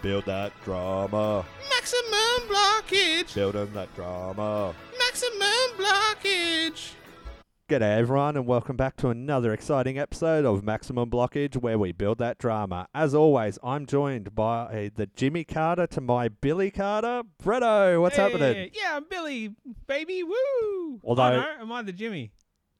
Build that drama. Maximum blockage. Build on that drama. Maximum blockage. G'day everyone and welcome back to another exciting episode of Maximum Blockage where we build that drama. As always, I'm joined by the Jimmy Carter to my Billy Carter. Bretto, what's Hey, happening? Yeah, I'm Billy, baby, woo. Although- Oh, no, am I the Jimmy?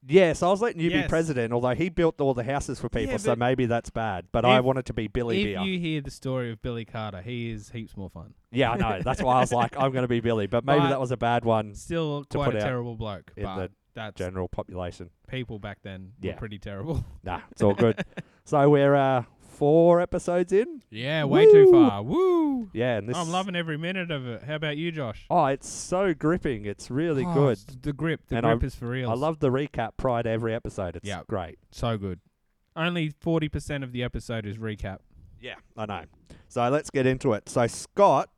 Yes, I was letting you Yes. be president, although he built all the houses for people, Yeah, so but- maybe that's bad. But I If- wanted to be Billy if Beer. you hear the story of Billy Carter, he is heaps more fun. Yeah, I know. That's why I was like, I'm going to be Billy. But maybe But- that was a bad one, Still To quite put a out terrible bloke, in but the that's general population. people back then Yeah. were pretty terrible. Nah, it's all good. so we're uh, four episodes in. yeah, way too Woo. far. Woo. Yeah, and this I'm loving every minute of it. How about you, Josh? Oh, it's so gripping. It's really Oh, good. s- The grip, the And I- grip is for real. I love the recap prior to every episode. It's Yeah. great. so good. Only 40% of the episode is recap. Yeah, I know. So let's get into it. So Scott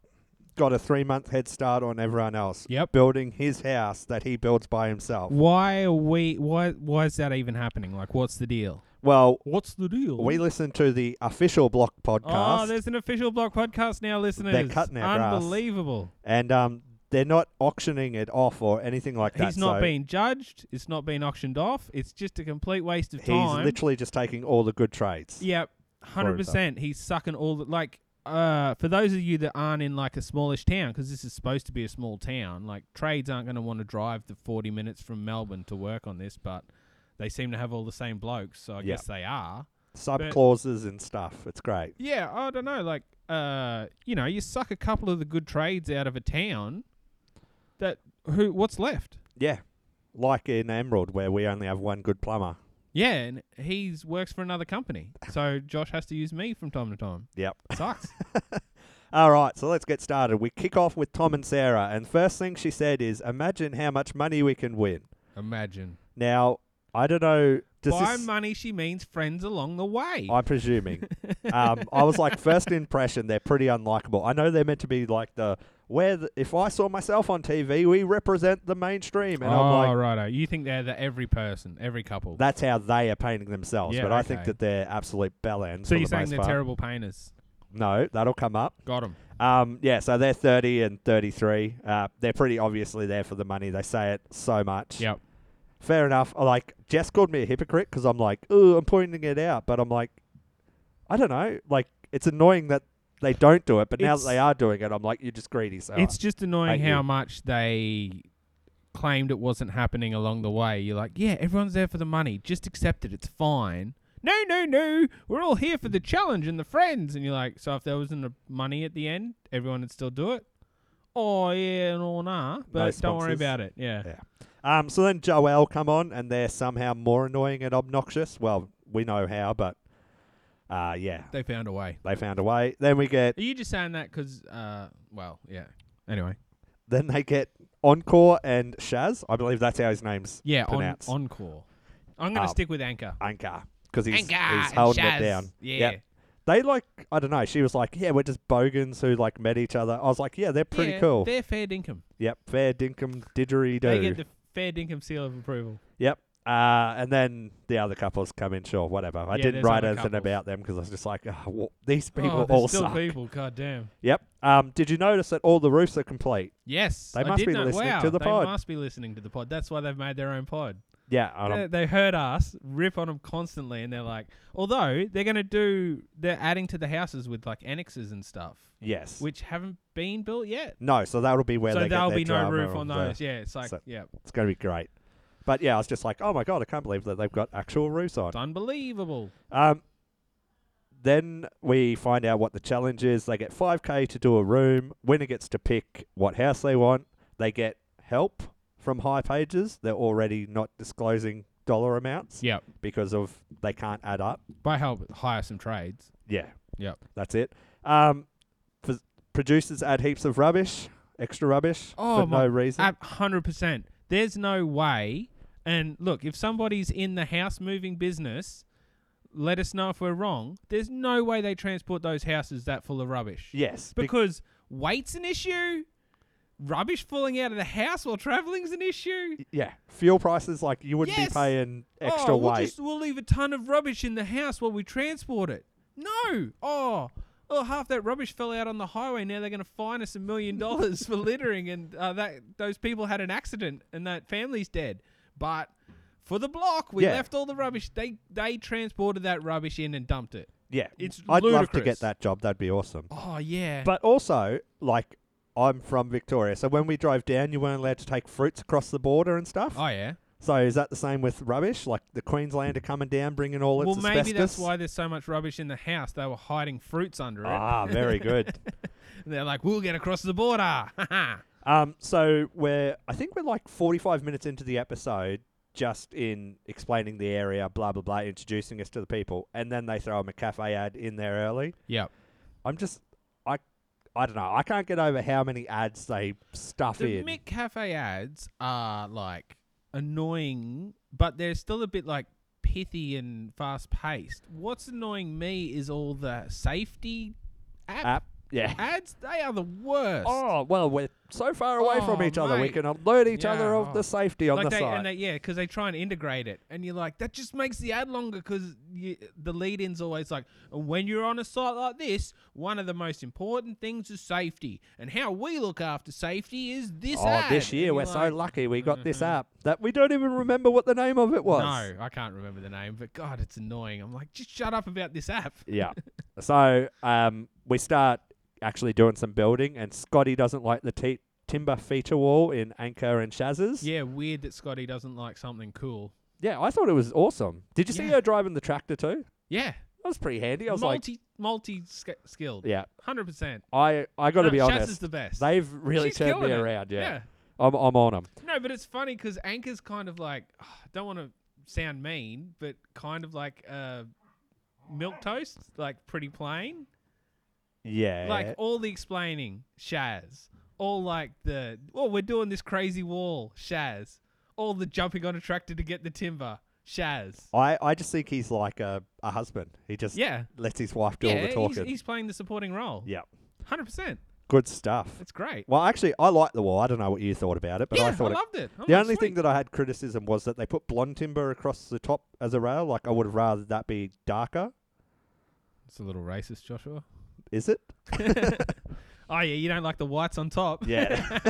got a three month head start on everyone else, Yep. building his house that he builds by himself. Why are we? Why? Why is that even happening? Like, what's the deal? Well, What's the deal? we listened to the official Block oh, podcast, there's an official block podcast now, listeners. cutting our grass. Unbelievable. and um, they're not auctioning it off or anything like that. He's not so being judged. It's not being auctioned off. It's just a complete waste of He's time. literally just taking all the good trades. Yep, hundred percent. He's sucking all the like. Uh, for those of you that aren't in like a smallish town, because this is supposed to be a small town, like trades aren't going to want to drive the forty minutes from Melbourne to work on this, but they seem to have all the same blokes, so I Yep. guess they are. Sub But- clauses and stuff. It's great. Yeah, I don't know. Like, uh, you know, you suck a couple of the good trades out of a town. That who? What's left? Yeah. Like in Emerald, where we only have one good plumber. Yeah, and he's works for another company, so Josh has to use me from time to time. Yep. Sucks. All right, so let's get started. We kick off with Tom and Sarah, and first thing she said is, "Imagine how much money we can win." Imagine. Now, I don't know. Does By this, money, she means friends along the way. I'm presuming. um, I was like, first impression, they're pretty unlikable. I know they're meant to be like the where the, if I saw myself on TV, we represent the mainstream, and oh, I'm like, righto. You think they're the every person, every couple. that's how they are painting themselves. Yeah, but I think okay. that they're absolute bell ends. so for you're the saying most they're part. terrible painters. No, that'll come up. Got them. Um, yeah, so they're 30 and 33. Uh, they're pretty obviously there for the money. They say it so much. Yep. Fair enough. I Like, Jess called me a hypocrite because I'm like, oh, I'm pointing it out. But I'm like, I don't know. Like, it's annoying that they don't do it. But now that It's- they are doing it, I'm like, you're just greedy. So It's just annoying Hate how you. much they claimed it wasn't happening along the way. You're like, yeah, everyone's there for the money. Just accept it. It's fine. No, no, no. We're all here for the challenge and the friends. And you're like, so if there wasn't a money at the end, everyone would still do it? Oh, yeah, and all nah. But don't worry sponsors. about it. Yeah. Yeah. um, so then Joelle come on and they're somehow more annoying and obnoxious. Well, we know how, but uh, yeah, They found a way. they found a way. Then we get Are you just saying that 'cause uh, well, yeah. Anyway. then they get Encore and Shaz. I believe that's how his name's Yeah, on, pronounced. Encore. I'm going to Um, stick with Anchor. Anchor because he's, Anchor he's and holding Shaz. it down. Yeah. Yep. They like I don't know. She was like, "Yeah, we're just bogans who like met each other." I was like, "Yeah, they're pretty Yeah, cool." They're fair dinkum. yep, fair dinkum They didgeridoo. get the fair dinkum seal of approval. yep. Uh, and then the other couples come in. Sure, whatever. I Yeah, didn't there's write other anything couples. about them because I was just like, oh, well, these oh, people there's all still suck. people, god damn. Yep. Um, did you notice that all the roofs are complete? Yes. They I must did be know- listening wow, to the they pod. must be listening to the pod. That's why they've made their own pod. Yeah. and I'm- They, they heard us rip on them constantly and they're like, although they're going to do, they're adding to the houses with like annexes and stuff, yes. which haven't been built yet. no, so that'll be where so they get there'll their be no drama roof on and the- those. Yeah, it's like, so- yeah. It's going to be great. But yeah, I was just like, oh my god, I can't believe that they've got actual roofs on. It's unbelievable. Um, then we find out what the challenge is. They get 5k to do a room. Winner gets to pick what house they want. They get help from High Pages. They're already not disclosing dollar amounts Yep. because of they can't add up. By help, hire some trades. Yeah. Yep. That's it. Um, f- producers add heaps of rubbish, extra rubbish Oh, for my- no reason. Ab- 100%. There's no way. And look, if somebody's in the house moving business, let us know if we're wrong. There's no way they transport those houses that full of rubbish. yes. bec- Because weight's an issue, rubbish falling out of the house while traveling's an issue. yeah. Fuel prices like you wouldn't Yes. be paying extra oh, weight. We'll, just, we'll leave a ton of rubbish in the house while we transport it. No. Oh, oh, half that rubbish fell out on the highway. Now they're going to fine us a million dollars for littering, and uh, that those people had an accident, and that family's dead. But for the block, we Yeah. left all the rubbish. They they transported that rubbish in and dumped it. Yeah, It's I'd love to ludicrous. get that job. That'd be awesome. Oh yeah, But also, like, I'm from Victoria, so when we drove down, you weren't allowed to take fruits across the border and stuff. oh yeah. So is that the same with rubbish? Like the Queenslander coming down, bringing all its Well, asbestos. maybe that's why there's so much rubbish in the house. They were hiding fruits under it. Ah, very good. And they're like, we'll get across the border. um, so we're, I think we're like 45 minutes into the episode, just in explaining the area, blah blah blah, introducing us to the people, and then they throw a cafe ad in there early. yep. I'm just, I, I don't know. I can't get over how many ads they stuff The in. Mick Cafe ads are like annoying, but they're still a bit like pithy and fast paced. What's annoying me is all the safety app, App, yeah. ads. They are the worst. Oh well, we're so far away from Oh, each other. We mate. can alert each other Yeah, of oh. the safety on like the they, site. and they, yeah, because they try and integrate it, and you're like, that just makes the ad longer because the lead-in's always like, and when you're on a site like this, one of the most important things is safety, and how we look after safety is this. oh, ad. this And year you're we're like, mm-hmm. so lucky. We got this app that we don't even remember what the name of it was. No, I can't remember the name, but God, it's annoying. I'm like, just shut up about this app. Yeah. so um, we start actually doing some building, and Scotty doesn't like the te- timber feature wall in Anchor and Shaz's. Yeah, weird that Scotty doesn't like something cool. Yeah, I thought it was awesome. Did you see Yeah. her driving the tractor too? Yeah, That was pretty handy. I was multi multi sc- skilled. like, yeah. hundred percent. I I got to be is honest. the best. They've really She's turned me killing it. around. Yeah. I'm I'm on them. No, but it's funny because Anchor's kind of like I don't want to sound mean, but kind of like uh, milk toast, like pretty plain. Yeah. Like all the explaining, Shaz. All like the oh, we're doing this crazy wall, Shaz. All the jumping on a tractor to get the timber, Shaz. I, I just think he's like a, a husband. He just Yeah, lets his wife do all yeah. the He's, talking. he's playing the supporting role. Yeah. hundred percent. Good stuff. It's great. Well, actually, I like the wall. I don't know what you thought about it, but yeah, I thought it, loved it. I'm the like, only "Sweet." thing that I had criticism was that they put blonde timber across the top as a rail. Like I would have rather that be darker. it's a little racist, Joshua. Is it? Oh yeah, you don't like the whites on top. Yeah.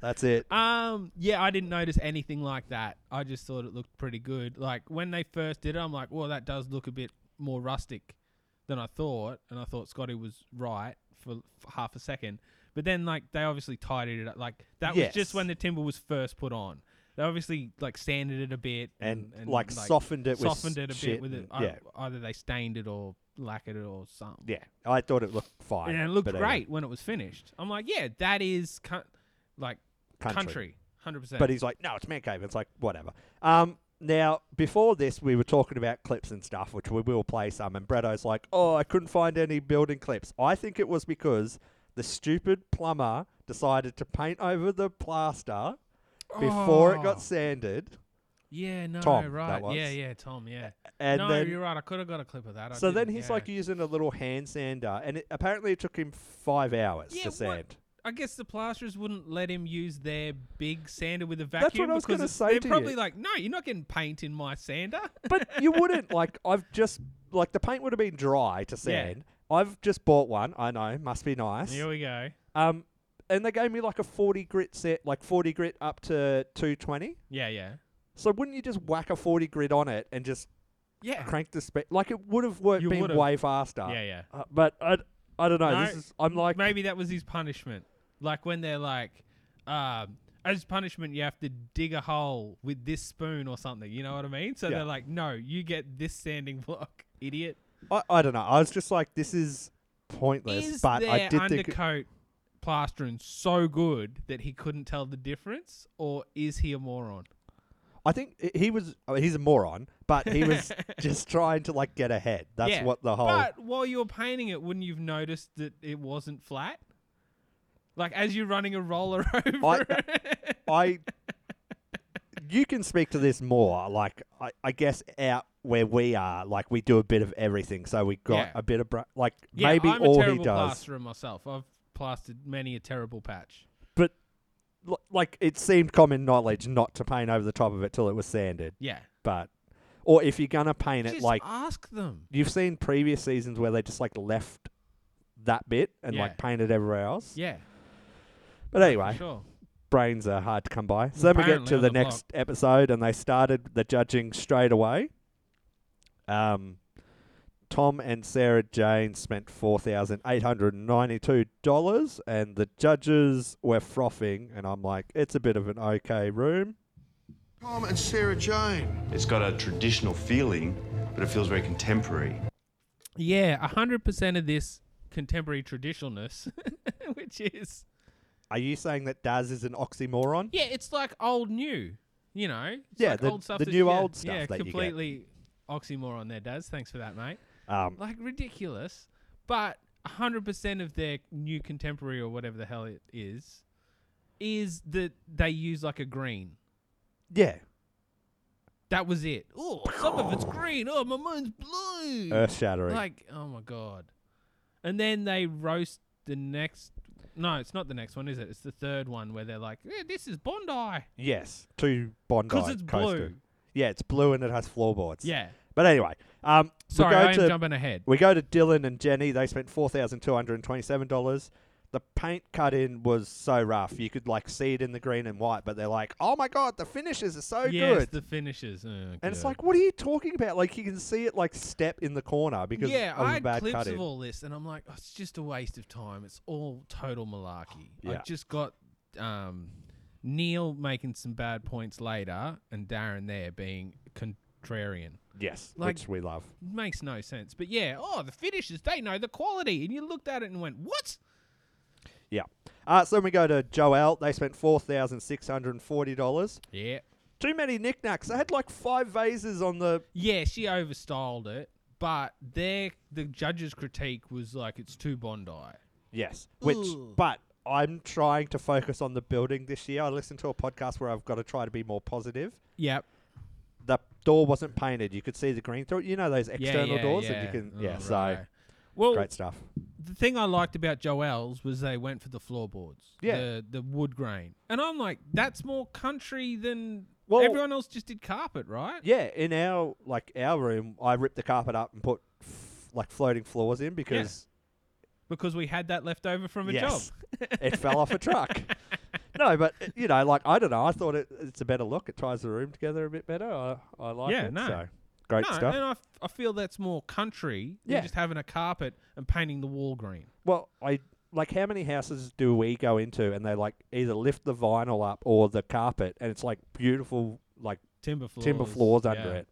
That's it. Um, yeah, I didn't notice anything like that. I just thought it looked pretty good. Like when they first did it, I'm like, well, that does look a bit more rustic than I thought, and I thought Scotty was right for, for half a second. But then, like, they obviously tidied it up. Like that was Yes. just when the timber was first put on. They obviously like sanded it a bit And, like, softened it. softened with it a shit bit with it. and- I- Yeah. either they stained it or lacquered it or something. Yeah. I thought it looked fine. And it looked but anyway, great when it was finished. I'm like, yeah, that is cu- like country, hundred percent. But he's like, no, it's man cave. It's like whatever. Um, now before this, we were talking about clips and stuff, which we will play some. And Bretto's like, oh, I couldn't find any building clips. I think it was because the stupid plumber decided to paint over the plaster before it Oh. got sanded, Yeah, no, Tom, that right. was. Yeah, yeah, Tom, yeah. and no, then. you're right. I could have got a clip of that. I So then didn't, he's yeah. like using a little hand sander, and it, apparently it took him five hours Yeah, to what- sand. I guess the plasterers wouldn't let him use their big sander with a vacuum. what I was because gonna it's- say They're to you. probably like, no, you're not getting paint in my sander. But you wouldn't like. I've just like the paint would have been dry to sand. I've just bought one. I know, must be nice. Here we go. Um, and they gave me like a 40 grit set, like 40 grit up to 220. Yeah, yeah, So wouldn't you just whack a 40 grit on it and just yeah, crank the spec? Like it would have worked, You been would've. way faster. yeah, yeah. Uh, but I, I don't know. No, this is I'm like Maybe that was his punishment. Like when they're like, um, as punishment, you have to dig a hole with this spoon or something. You know what I mean? So Yeah. they're like, no, you get this sanding block, idiot. I, I don't know. I was just like this is pointless. Is but their I did think undercoat plastering so good that he couldn't tell the difference, or is he a moron? I think i- he was. I mean, he's a moron, but he was just trying to like get ahead. That's Yeah, what the whole. But while you were painting it, wouldn't you've noticed that it wasn't flat? Like as you're running a roller over, uh, it. I you can speak to this more. Like I, I guess out where we are, like we do a bit of everything, so we got Yeah. a bit of bra- like yeah, maybe I'm all he a terrible does, plasterer myself. I've plastered many a terrible patch. but l- like it seemed common knowledge not to paint over the top of it till it was sanded. Yeah, But or if you're gonna paint it, just uh, like ask them. you've seen previous seasons where they just like left that bit and Yeah. like painted everywhere else. Yeah. But anyway, Sure. brains are hard to come by. So then we get Apparently to on the, the block. next episode, and they started the judging straight away. Um, Tom and Sarah Jane spent four thousand eight hundred and ninety-two dollars, and the judges were frothing. And I'm like, it's a bit of an okay room. Tom and Sarah Jane. It's got a traditional feeling, but it feels very contemporary. Yeah, hundred percent of this contemporary traditionalness, which is Are you saying that Daz is an oxymoron? yeah, it's like old new, you know. It's Yeah, like the- old stuff the that- new yeah, old stuff Yeah, that you get. completely oxymoron there, Daz. Thanks for that, mate. Um, Like ridiculous, but hundred percent of their new contemporary or whatever the hell it is, is that they use like a green. yeah, That was it. Oh, some of it's green. Oh, my mind's blue. earth-shattering. Like, oh my god. And then they roast the next. No, it's not the next one, is it? It's the third one where they're like, yeah, "This is Bondi yes, two Bondi because it's coaster. blue." Yeah, it's blue and it has floorboards. Yeah. But anyway, um, Sorry, we go I am to jumping ahead. We go to Dylan and Jenny. They spent four thousand two hundred and twenty-seven dollars. The paint cut in was so rough. You could like see it in the green and white, but they're like, "Oh my god, the finishes are so yes, good." the finishes. Oh, and and it's like, what are you talking about? Like you can see it like step in the corner because yeah, of I the had bad clips cut of in. all this, and I'm like, oh, it's just a waste of time. It's all total malarkey. I Yeah. just got um, Neil making some bad points later, and Darren there being contrarian. Yes, like- which we love. makes no sense. But yeah, oh, the finishes, they know the quality. And you looked at it and went, what? Yeah. Uh, so then we go to Joel. They spent four thousand six hundred and forty dollars. Yeah. Too many knickknacks. They had like five vases on the. Yeah, she overstyled it. But their the judge's critique was like, it's too Bondi. Yes, which Ooh. but. I'm trying to focus on the building this year. I listened to a podcast where I've got to try to be more positive. Yep. the door wasn't painted. You could see the green through it. You know those Yeah, external yeah, doors, yeah. and you can Oh, yeah. right. So well, great stuff. the thing I liked about Joel's was they went for the floorboards. Yeah. The, the wood grain. And I'm like, that's more country than Well- everyone else just did carpet, right? Yeah, in our like our room, I ripped the carpet up and put f- like floating floors in because Because we had that left over from a yes, job. it fell off a truck. No, but uh, you know, like I don't know. I thought it, it's a better look. It ties the room together a bit better. I, I like Yeah, it. no. So great no, stuff. and I, f- I feel that's more country than Yeah. just having a carpet and painting the wall green. Well, I like how many houses do we go into and they like either lift the vinyl up or the carpet, and it's like beautiful, like timber floors. timber floors under yeah. it.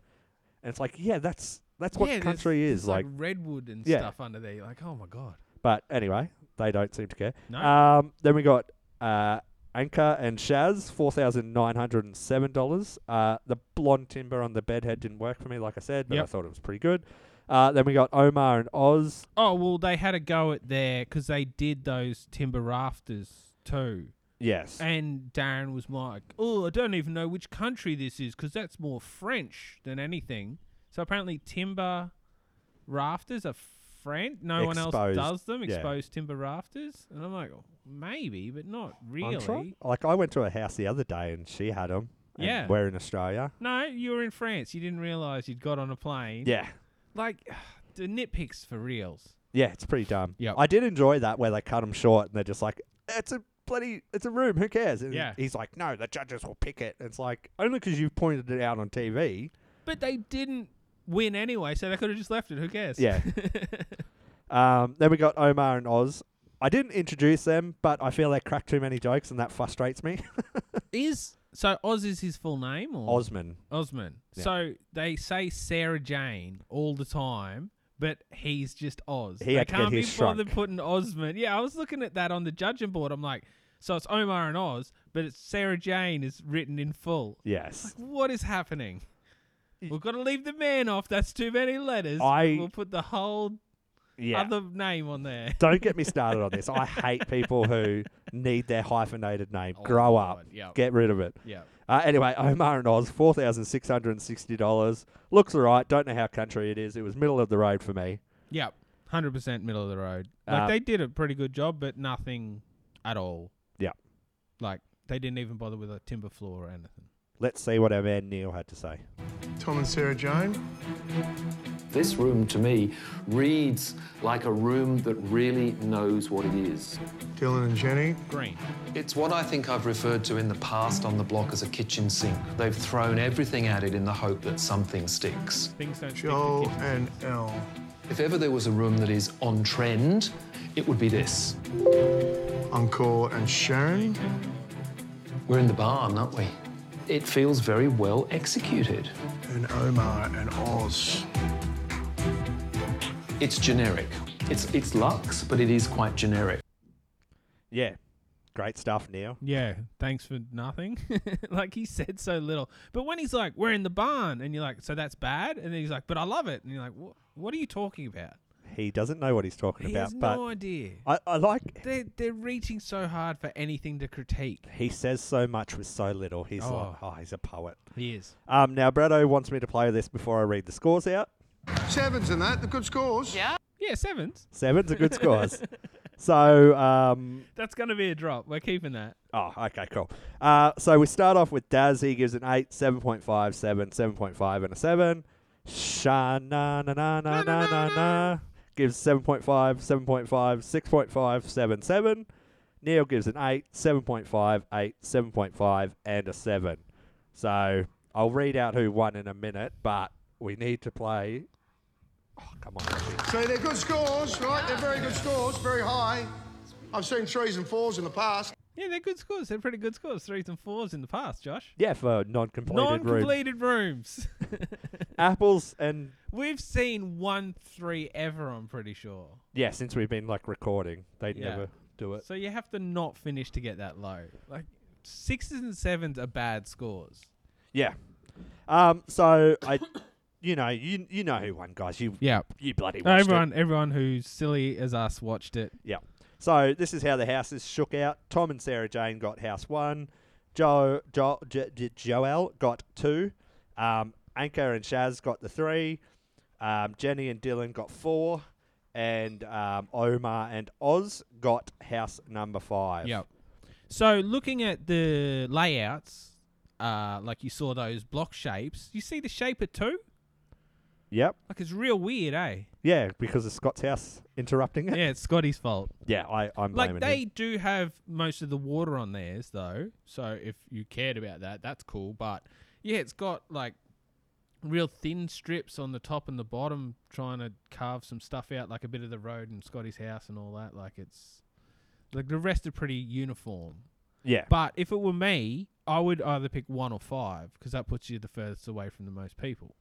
And it's like, yeah, that's that's what Yeah, there's- country there's um, is like. redwood and Yeah. stuff under there. You're like, oh my god. But anyway, they don't seem to care. No. Um, then we got uh, Anchor and Shaz, four thousand nine hundred and seven dollars. Uh, the blonde timber on the bedhead didn't work for me, like I said, but I Yep. thought it was pretty good. Uh, then we got Omar and Oz. Oh well, they had a go at there because they did those timber rafters too. Yes. And Darren was like, oh, I don't even know which country this is because that's more French than anything. So apparently, timber rafters are French. No one else Exposed, does them. yeah. Exposed timber rafters, and I'm like, maybe, but not I'm really. trying- like I went to a house the other day and she had them. Yeah. We're in Australia. No, you were in France. You didn't realize you'd got on a plane. Yeah. Like, the nitpicks for reals. Yeah, it's pretty dumb. Yep. I did enjoy that where they cut him short and they're just like, it's a bloody, it's a room. Who cares? And Yeah. He's like, no, the judges will pick it. And it's like only because you pointed it out on TV. But they didn't win anyway, so they could have just left it. Who cares? Yeah. Um, then we got Omar and Oz. I didn't introduce them, but I feel they crack too many jokes and that frustrates me. is so Oz is his full name or Osman. Osman. Yeah. So they say Sarah Jane all the time, but he's just Oz. He they had to get can't be his bothered shrunk. putting Osman. Yeah, I was looking at that on the judging board. I'm like, so it's Omar and Oz, but it's Sarah Jane is written in full. Yes. What is happening? We've got to leave the man off. That's too many letters. I- we'll put the whole Yeah. other name on there. Don't get me started on this. I hate people who need their hyphenated name. Grow up. Oh God, yep. Get rid of it. Yeah. Uh, anyway, Omar and Oz, four thousand six hundred and sixty dollars. Looks alright. Don't know how country it is. It was middle of the road for me. Yep. Hundred percent middle of the road. Like Uh, they did a pretty good job, but nothing at all. Yeah. Like they didn't even bother with a timber floor or anything. Let's see what our man Neil had to say. Tom and Sarah Jane. This room, to me, reads like a room that really knows what it is. Dylan and Jenny, Green. It's what I think I've referred to in the past on the block as a kitchen sink. They've thrown everything at it in the hope that something sticks. Things don't stick to Joe kitchen. and Elle. If ever there was a room that is on trend, it would be this. Uncle and Sharon, We're in the barn, aren't we? It feels very well executed. and Omar and Oz. It's generic. It's it's luxe, but it is quite generic. Yeah. Great stuff, Neil. Yeah, thanks for nothing. like he said so little. But when he's like, "We're in the barn," and you're like, "So that's bad," and then he's like, "But I love it," and you're like, "What? What are you talking about?" He doesn't know what he's talking He about, has but no idea. I, I like They're they're reaching so hard for anything to critique. he says so much with so little. He's Oh. like, oh, he's a poet. He is. Um, now, Brado wants me to play this before I read the scores out. Sevens and that, the good scores. Yeah. Yeah, sevens. Seven's a good scores. So, um, That's gonna be a drop. We're keeping that. Oh, okay, cool. Uh, so we start off with Daz. He gives an 8, 7.5, 7, 7.5, and a 7. Sha na na na na na na na gives 7.5, 7.5, 6.5, 7, 7. Neil gives an 8, 7.5, 8, 7.5, and a 7. So I'll read out who won in a minute, but we need to play. Oh, come on. Robbie. So they're good scores, right? They're very good scores, very high. I've seen threes and fours in the past. Yeah, they're good scores. They're pretty good scores. Threes and fours in the past, Josh. Yeah, for non completed room. Non-completed rooms. Apples and. We've seen one three ever. I'm pretty sure. Yeah, since we've been like recording, they'd Yeah. never do it. So you have to not finish to get that low. Like sixes and sevens are bad scores. Yeah. Um. So I, you know, you you know who won, guys. You Yeah. you bloody watched Everyone, everyone who's silly as us watched It. it. Yeah. So this is how the houses shook out. Tom and Sarah Jane got house one. Joe jo, jo, jo, Joel got two. Um. Anchor and Shaz got the three. Um. Jenny and Dylan got four. And um, Omar and Oz got house number five. Yep. So looking at the layouts, uh, like you saw those block shapes, you see the shape of two. Yep. Like it's real weird, eh? Yeah, because of Scott's house interrupting it. yeah, it's Scotty's fault. Yeah, I, I'm blaming Like they him. do have most of the water on theirs though, so if you cared about that, that's cool. But yeah, it's got like real thin strips on the top and the bottom, trying to carve some stuff out, like a bit of the road and Scotty's house and all that. Like it's like the rest are pretty uniform. Yeah. But if it were me, I would either pick one or five because that puts you the furthest away from the most people.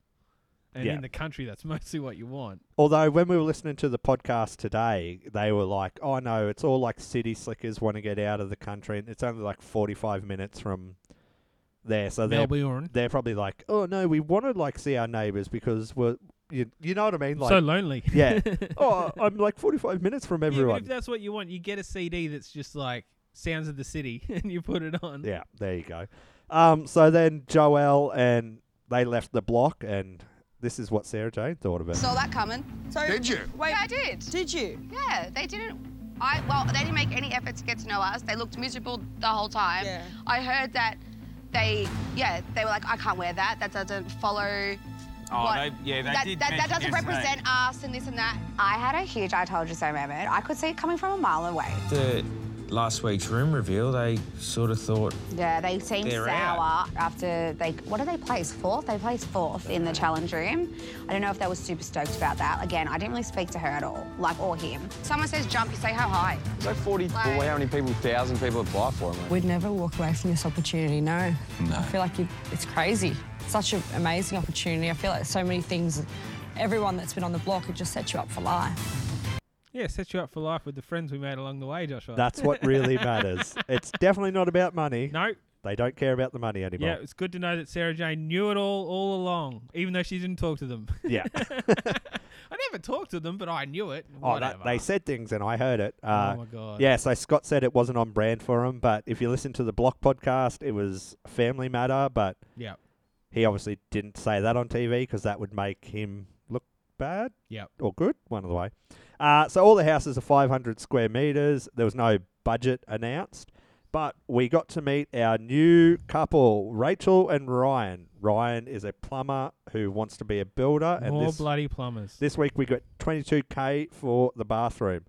And Yeah. in the country, that's mostly what you want. Although when we were listening to the podcast today, they were like, "Oh no, it's all like city slickers want to get out of the country, and it's only like forty-five minutes from there." So they're Melbourne, they're probably like, "Oh no, we want to like see our neighbours because we're you, you know what I mean?" Like, so lonely. yeah. oh, I'm like forty-five minutes from Even everyone. if that's what you want, you get a CD that's just like Sounds of the City and you put it on. Yeah, there you go. Um, so then Joel and they left the block, and this is what Sarah Jane thought of it. Saw that coming. So Did you? Wait, Yeah, I did. did you? Yeah, they didn't. I well, they didn't make any effort to get to know us. They looked miserable the whole time. Yeah. I heard that they, yeah, they were like, I can't wear that. That doesn't follow. Oh, what- they- yeah, they that, did That, that mention doesn't yesterday. represent us and this and that. I had a huge I told you so moment. I could see it coming from a mile away. After last week's room reveal, they sort of thought, Yeah, they seemed They're sour out. after they, what did they place? Fourth? They placed fourth in the challenge room. I don't know if they were super stoked about that. Again, I didn't really speak to her at all, like, or him. Someone says jump, you say how high. So 40, Like- well, how many people, thousand people apply for them? We'd never walk away from this opportunity, no. I feel like you, it's crazy. Such an amazing opportunity. I feel like so many things, everyone that's been on the block, it just sets you up for life. Yeah, set you up for life with the friends we made along the way, Joshua. That's what really matters. It's definitely not about money. no. They don't care about the money Yeah, anymore. it's good to know that Sarah Jane knew it all all along, even though she didn't talk to them. Yeah. I never talked to them, but I knew it. oh, that, Whatever. Oh, they said things and I heard it. Uh, my God. Yeah, so Scott said it wasn't on brand for him, but if you listen to the Block podcast, it was a Family Matter, but Yep. he obviously didn't say that on TV because that would make him look bad Yep. or good, one of the way. Uh, so all the houses are 500 square meters. There was no budget announced. But we got to meet our new couple, Rachel and Ryan. Ryan is a plumber who wants to be a builder, and More this bloody plumbers. this week we got 22k for the bathroom.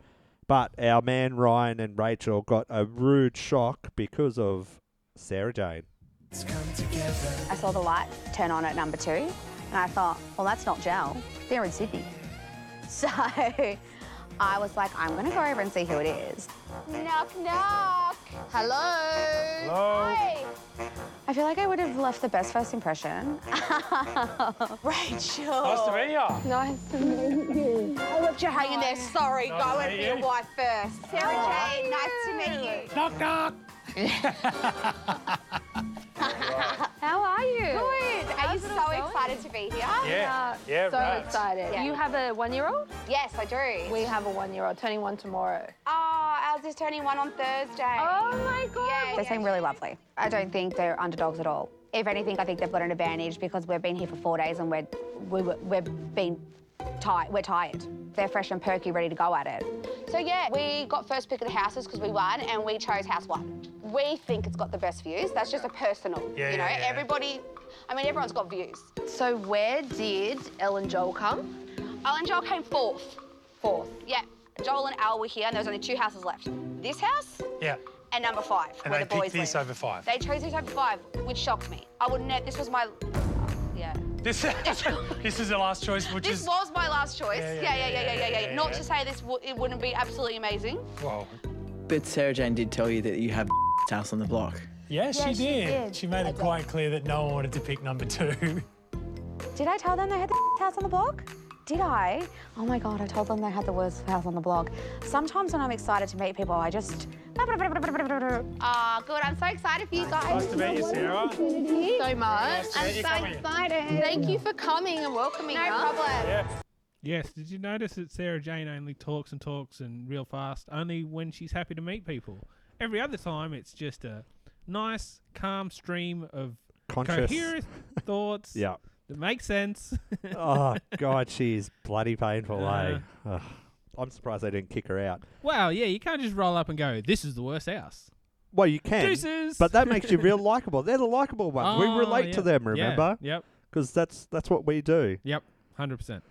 But our man Ryan and Rachel got a rude shock because of Sarah Jane. I saw the light turn on at number two, and I thought, well, that's not gel. They're in Sydney. So I was like, I'm going to go over and see who it is. Knock, knock. Hello. Hello. Hi. I feel like I would have left the best first impression. Rachel. Nice to meet ya. Nice to meet you. I left you hanging there. Sorry. Nice I to went meet for your you. wife first. Sarah Oh. Jane, nice to meet you. Knock, knock. How are you? Good. Are How's you it so all going? excited to be here? Yeah. Yeah, so right. excited. Yeah. You have a one-year-old? Yes, I do. We have a one-year-old turning one tomorrow. Oh, ours is turning one on Thursday. Oh my god. They seem really lovely. I don't think they're underdogs at all. If anything, I think they've got an advantage because we've been here for four days and we're we, we're we've been tired. We're tired. They're fresh and perky, ready to go at it. So yeah, we got first pick of the houses because we won, and we chose house one. We think it's got the best views. That's just a personal. Yeah, you know, yeah, yeah. everybody. I mean, everyone's got views. So where did Ellen Joel come? Al and Joel came fourth. Fourth. Yeah. Joel and Al were here, and there was only two houses left. This house Yeah. and number five, And where they the boys picked this live. over five. They chose this over five, which shocked me. I would never. This was my. Yeah. This, this is the last choice, which this is. was my last choice. Yeah, yeah, Yeah, yeah, yeah, yeah, yeah, yeah, yeah. yeah, Not yeah. to say this w- it wouldn't be absolutely amazing. Whoa. But Sarah Jane did tell you that you have house on the block. Yeah, Yeah, she, she did. did. She made it quite clear that no one wanted to pick number two. Did I tell them they had the house on the block? Did I? Oh my god, I told them they had the worst house on the block. Sometimes when I'm excited to meet people, I just. Ah, good. I'm so excited for you guys. Nice to meet you, Sarah. So much. to meet I'm so you. Come here. excited. Thank you for coming and welcoming No us. problem. Yes. Did you notice that Sarah Jane only talks and talks and real fast only when she's happy to meet people? Every other time, it's just a nice, calm stream of Conscious. coherent thoughts. Yeah. That make sense. oh God, she's bloody painful, eh? Yeah. Ugh. I'm surprised they didn't kick her out. Wow. Yeah. You can't just roll up and go. This is the worst house. Well, you can, Deuces. but that makes you real likable. They're the likable ones. Oh, Uh, we relate to yeah. them, Yeah, remember? yep. Because that's that's what we do. Yep. Hundred percent.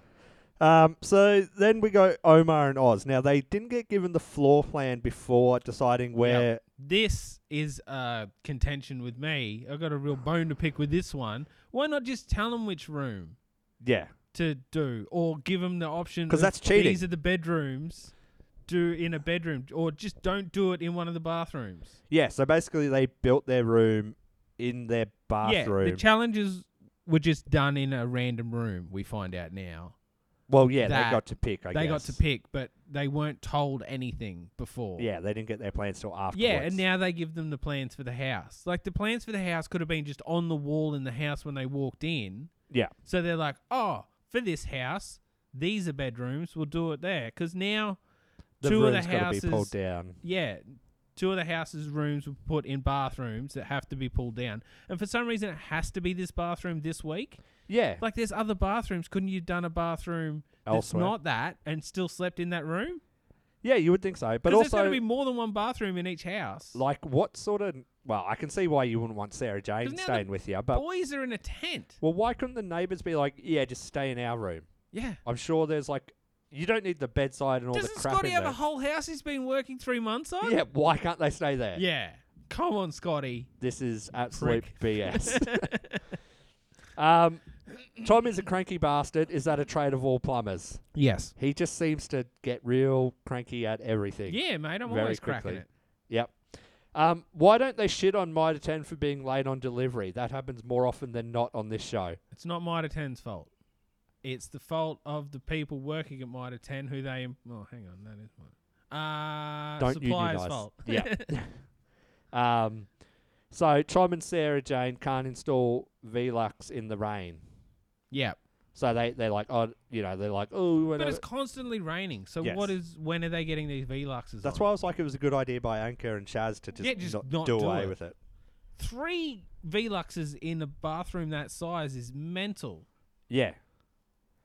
Um, so then we go Omar and Oz. Now they didn't get given the floor plan before deciding where this is a contention with me. I've got a real bone to pick with this one. Why not just tell them which room Yeah. to do or give them the option? 'Cause of, that's cheating. These are the bedrooms. Do in a bedroom or just don't do it in one of the bathrooms. Yeah, so basically they built their room in their bathroom. Yeah, the challenges were just done in a random room. We find out now. well, yeah, they that got to pick, I they guess. got to pick, but they weren't told anything before. Yeah, they didn't get their plans till afterwards. Yeah, and now they give them the plans for the house. Like the plans for the house could have been just on the wall in the house when they walked in. Yeah. So they're like, oh, for this house, these are bedrooms. We'll do it there because now The two of the room's gotta be houses pulled down. Yeah, two of the houses' rooms were put in bathrooms that have to be pulled down, and for some reason it has to be this bathroom this week. Yeah. Like there's other bathrooms. Couldn't you done a bathroom that's Elsewhere. not that and still slept in that room? Yeah, you would think so, but 'Cause there's also going to be more than one bathroom in each house. like what sort of well, I can see why you wouldn't want Sarah Jane now the staying with you, but Boys are in a tent. well, why couldn't the neighbors be like, yeah, just stay in our room? Yeah. I'm sure there's like you don't need the bedside and all Doesn't the crap Scotty in have there. a whole house he's been working three months on? yeah, why can't they stay there? Yeah. Come on, Scotty. This is absolute BS. um, Tom is a cranky bastard. Is that a trait of all plumbers? Yes. He just seems to get real cranky at everything. Yeah, mate, I'm very always cracking it. Yep. Um, why don't they shit on Mitre 10 for being late on delivery? That happens more often than not on this show. It's not Mitre 10's fault. It's the fault of the people working at Mitre 10 who they. Im- oh, hang on. That is my. Uh, don't supplier's unionize. fault. Yeah. um, so Tom and Sarah Jane can't install Velux in the rain. Yeah. So they they're like, oh, you know, they're like, oh, we but went it's over- constantly raining. So Yes. what is. When are they getting these VLUXs? That's on? why I was like, it was a good idea by Anchor and Shaz to just, Yeah, just not, not do, do away it. with it. Three VLUXs in a bathroom that size is mental. Yeah.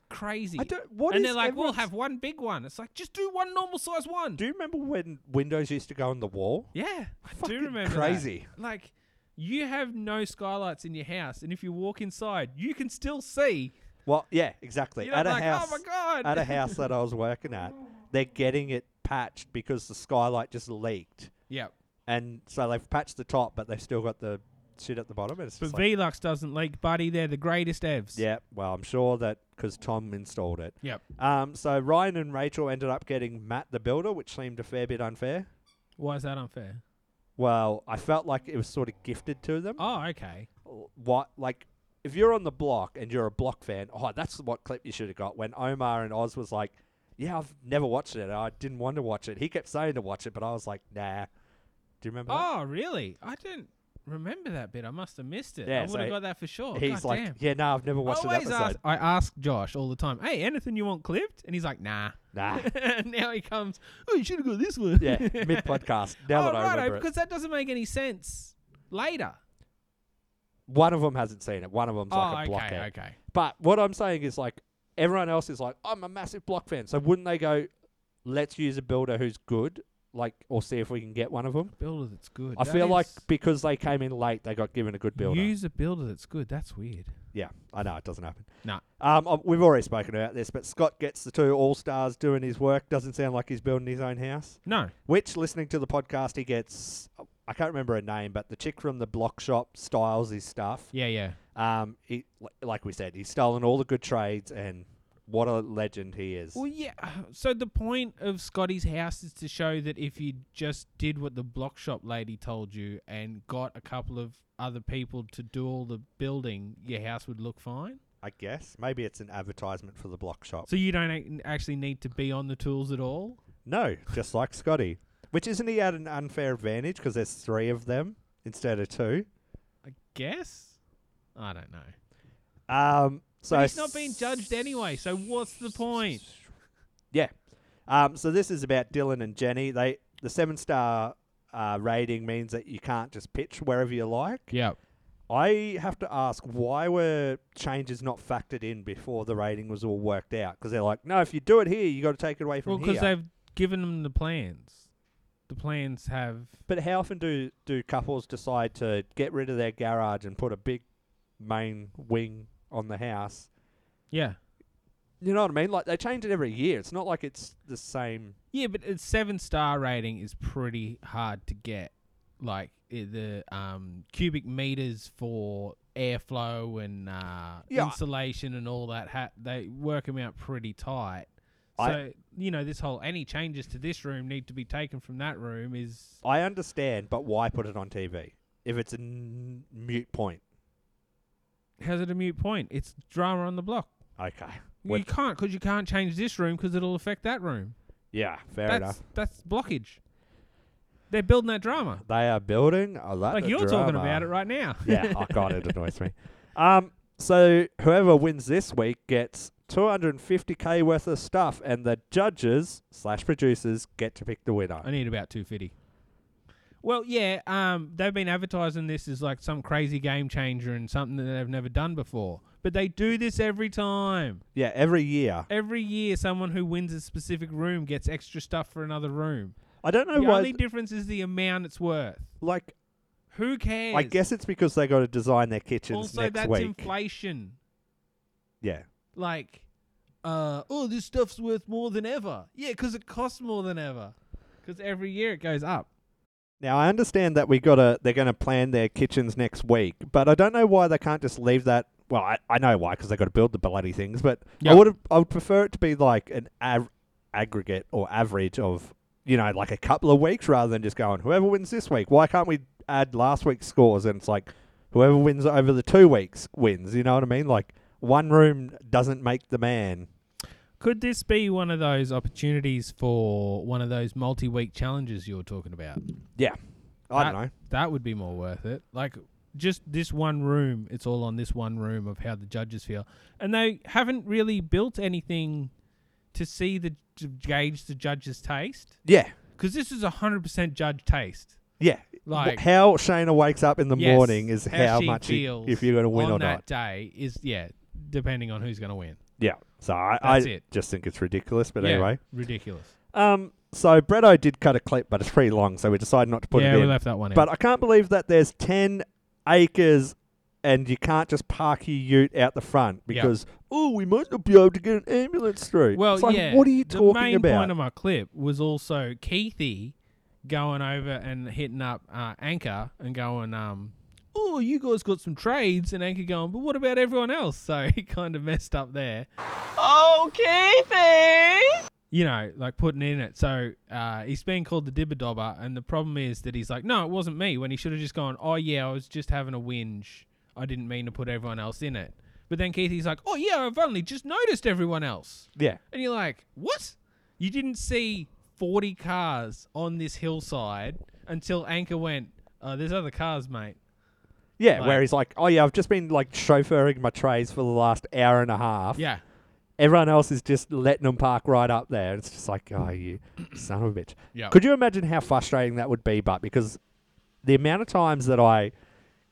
crazy. I don't- what and is they're like, we'll everyone's- have one big one. It's like, just do one normal size one. Do you remember when windows used to go on the wall? Yeah, I do remember. that. crazy. Like, you have no skylights in your house, and if you walk inside, you can still see. Well, yeah, exactly. You're at a like, "Oh house, my God." at a house that I was working at, they're getting it patched because the skylight just leaked, Yep. and so they've patched the top, but they've still got the shit at the bottom. And it's But just like, Velux doesn't leak, buddy. They're the greatest evs. yeah, well, I'm sure that because Tom installed it. Yep. Um, so Ryan and Rachel ended up getting Matt the Builder, which seemed a fair bit unfair. Why is that unfair? Well, I felt like it was sort of gifted to them. Oh, okay. What like if you're on the block and you're a block fan, oh, that's what clip you should have got when Omar and Oz was like, "Yeah, I've never watched it. I didn't want to watch it." He kept saying to watch it, but I was like, "Nah." Do you remember? that? Oh, really? I didn't remember that bit. I must have missed it. I would have so got that for sure. He's God like, damn. "Yeah, no, I've never watched an Oh, Always episode." ask- I ask Josh all the time, "Hey, anything you want clipped?" And he's like, "Nah, Nah. and now he comes, "Oh, you should have got this one." Ah. yeah, mid podcast. Now oh, that I righto, remember it, because that doesn't make any sense later. one of them hasn't seen it. One of them's Oh, like okay, a blockhead. okay. But what I'm saying is like everyone else is like, I'm a massive block fan. So wouldn't they go, let's use a builder who's good, like, or see if we can get one of them? Builder that's good. I That feel like is- because they came in late, they got given a good builder. Use a builder that's good. That's weird. yeah, I know it doesn't happen. Nah. Um, I- we've already spoken about this, but Scott gets the two all stars doing his work. Doesn't sound like he's building his own house. No. Which, listening to the podcast, he gets. I can't remember her name, but the chick from the block shop styles his stuff. Yeah, yeah. Um, he, li- like we said, he's stolen all the good trades, and what a legend he is. Well, yeah. So the point of Scotty's house is to show that if you just did what the block shop lady told you and got a couple of other people to do all the building, your house would look fine. I guess maybe it's an advertisement for the block shop. So you don't ac- actually need to be on the tools at all. no, just like Scotty, which isn't he at an unfair advantage because there's three of them instead of two. I guess. I don't know. Um, so but he's not being judged anyway. So what's the point? Yeah. Um, so this is about Dylan and Jenny. They the seven star uh, rating means that you can't just pitch wherever you like. Yep. I have to ask why were changes not factored in before the rating was all worked out? Because they're like, no, if you do it here, you got to take it away Well, from because here. they've given them the plans. The plans have but how often do do couples decide to get rid of their garage and put a big main wing on the house? yeah. You know what I mean? Like they change it every year. It's not like it's the same. Yeah, but a seven star rating is pretty hard to get. Like i- the um, cubic meters for airflow and uh, Yeah. insulation and all that, ha- they work them out pretty tight. I- so you know, this whole any changes to this room need to be taken from that room is I understand, but why put it on TV if it's a n- mute point? has it a mute point? It's drama on the block. Okay. you What- can't because you can't change this room because it'll affect that room. yeah, fair that's, enough. That's blockage. They're building that drama. They are building a lot Like of you're talking drama. about it right now. yeah, oh god, it annoys me. Um, so whoever wins this week gets 250k worth of stuff, and the judges slash producers get to pick the winner. I need about two fifty. Well, yeah, um, they've been advertising this as like some crazy game changer and something that they've never done before. But they do this every time. Yeah, every year. Every year, someone who wins a specific room gets extra stuff for another room. I don't know the why. only difference is the amount it's worth. like, Who cares? I guess it's because they got to design their kitchens also next that's week. inflation. yeah. Like, uh, oh, this stuff's worth more than ever. Yeah, 'cause it costs more than ever. 'Cause every year it goes up. Now I understand that we gotta they're gonna plan their kitchens next week, but I don't know why they can't just leave that. Well, I, I know why because they got to build the bloody things, but I Yep. would I would prefer it to be like an av- aggregate or average of you know like a couple of weeks rather than just going whoever wins this week. Why can't we add last week's scores and it's like whoever wins over the two weeks wins? You know what I mean? Like one room doesn't make the man. Could this be one of those opportunities for one of those multi week challenges you were talking about? Yeah, I That- don't know. That would be more worth it. Like just this one room, it's all on this one room of how the judges feel. And they haven't really built anything to see the to gauge the judges' taste. Yeah, Because this is 100% judge taste. yeah. Wh- Like how Shana wakes up in the yes, morning is how, she much he- feels if you're going to win on or that not. day is yeah, depending on who's going to win. Yeah. So I, I That's it. just think it's ridiculous. But Yeah, anyway. ridiculous. Um. So Bretto did cut a clip, but it's pretty long, so we decided not to put it Yeah, in. we left that one in. But I can't believe that there's 10 acres and you can't just park your ute out the front because, oh, we might not be able to get an ambulance through. Well, It's like, yeah. what are you talking The main about? point of my clip was also Keithy going over and hitting up uh, Anchor and going, um, "Oh, you guys got some trades," and Anchor going, "But what about everyone else?" So he kind of messed up there. Oh, Keithy! You know, like putting in it. So uh, he's being called the dibber dobber, and the problem is that he's like, "No, it wasn't me." When he should have just gone, "Oh yeah, I was just having a whinge. I didn't mean to put everyone else in it." But then Keithy's like, "Oh yeah, I've only just noticed everyone else." yeah. And you're like, what? You didn't see 40 cars on this hillside until Anchor went, uh, there's other cars, mate. Yeah, Like- where he's like, oh, yeah, I've just been like chauffeuring my trays for the last hour and a half. Yeah. Everyone else is just letting them park right up there. It's just like, oh, you son of a bitch. Yeah. Could you imagine how frustrating that would be? But because the amount of times that I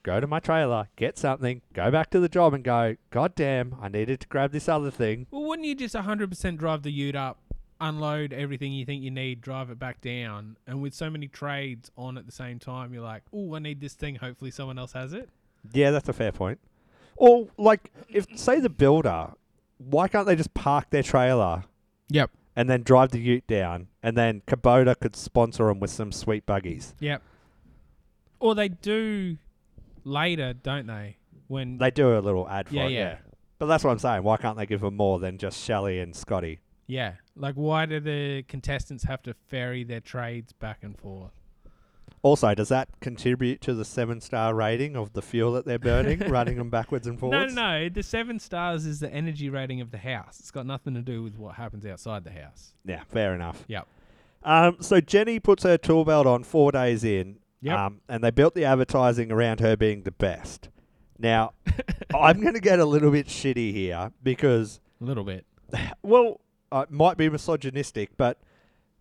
go to my trailer, get something, go back to the job and go, God damn, I needed to grab this other thing. Well, wouldn't you just 100% drive the ute up, unload everything you think you need, drive it back down? And with so many trades on at the same time, you're like, oh, I need this thing. Hopefully someone else has it. Yeah, that's a fair point. Or like, if say the builder, why can't they just park their trailer? Yep. And then drive the Ute down, and then Kubota could sponsor them with some sweet buggies. Yep. Or they do later, don't they? When They do a little ad for Yeah, it. yeah. But that's what I'm saying. Why can't they give them more than just Shelley and Scotty? Yeah. Like, why do the contestants have to ferry their trades back and forth? Also, does that contribute to the seven star rating of the fuel that they're burning, running them backwards and No, forwards? no, no. The seven stars is the energy rating of the house. It's got nothing to do with what happens outside the house. Yeah, fair enough. Yep. Um, so Jenny puts her tool belt on four days in. Yep. Um, and they built the advertising around her being the best. Now, I'm going to get a little bit shitty here because, A little bit. well, I might be misogynistic, but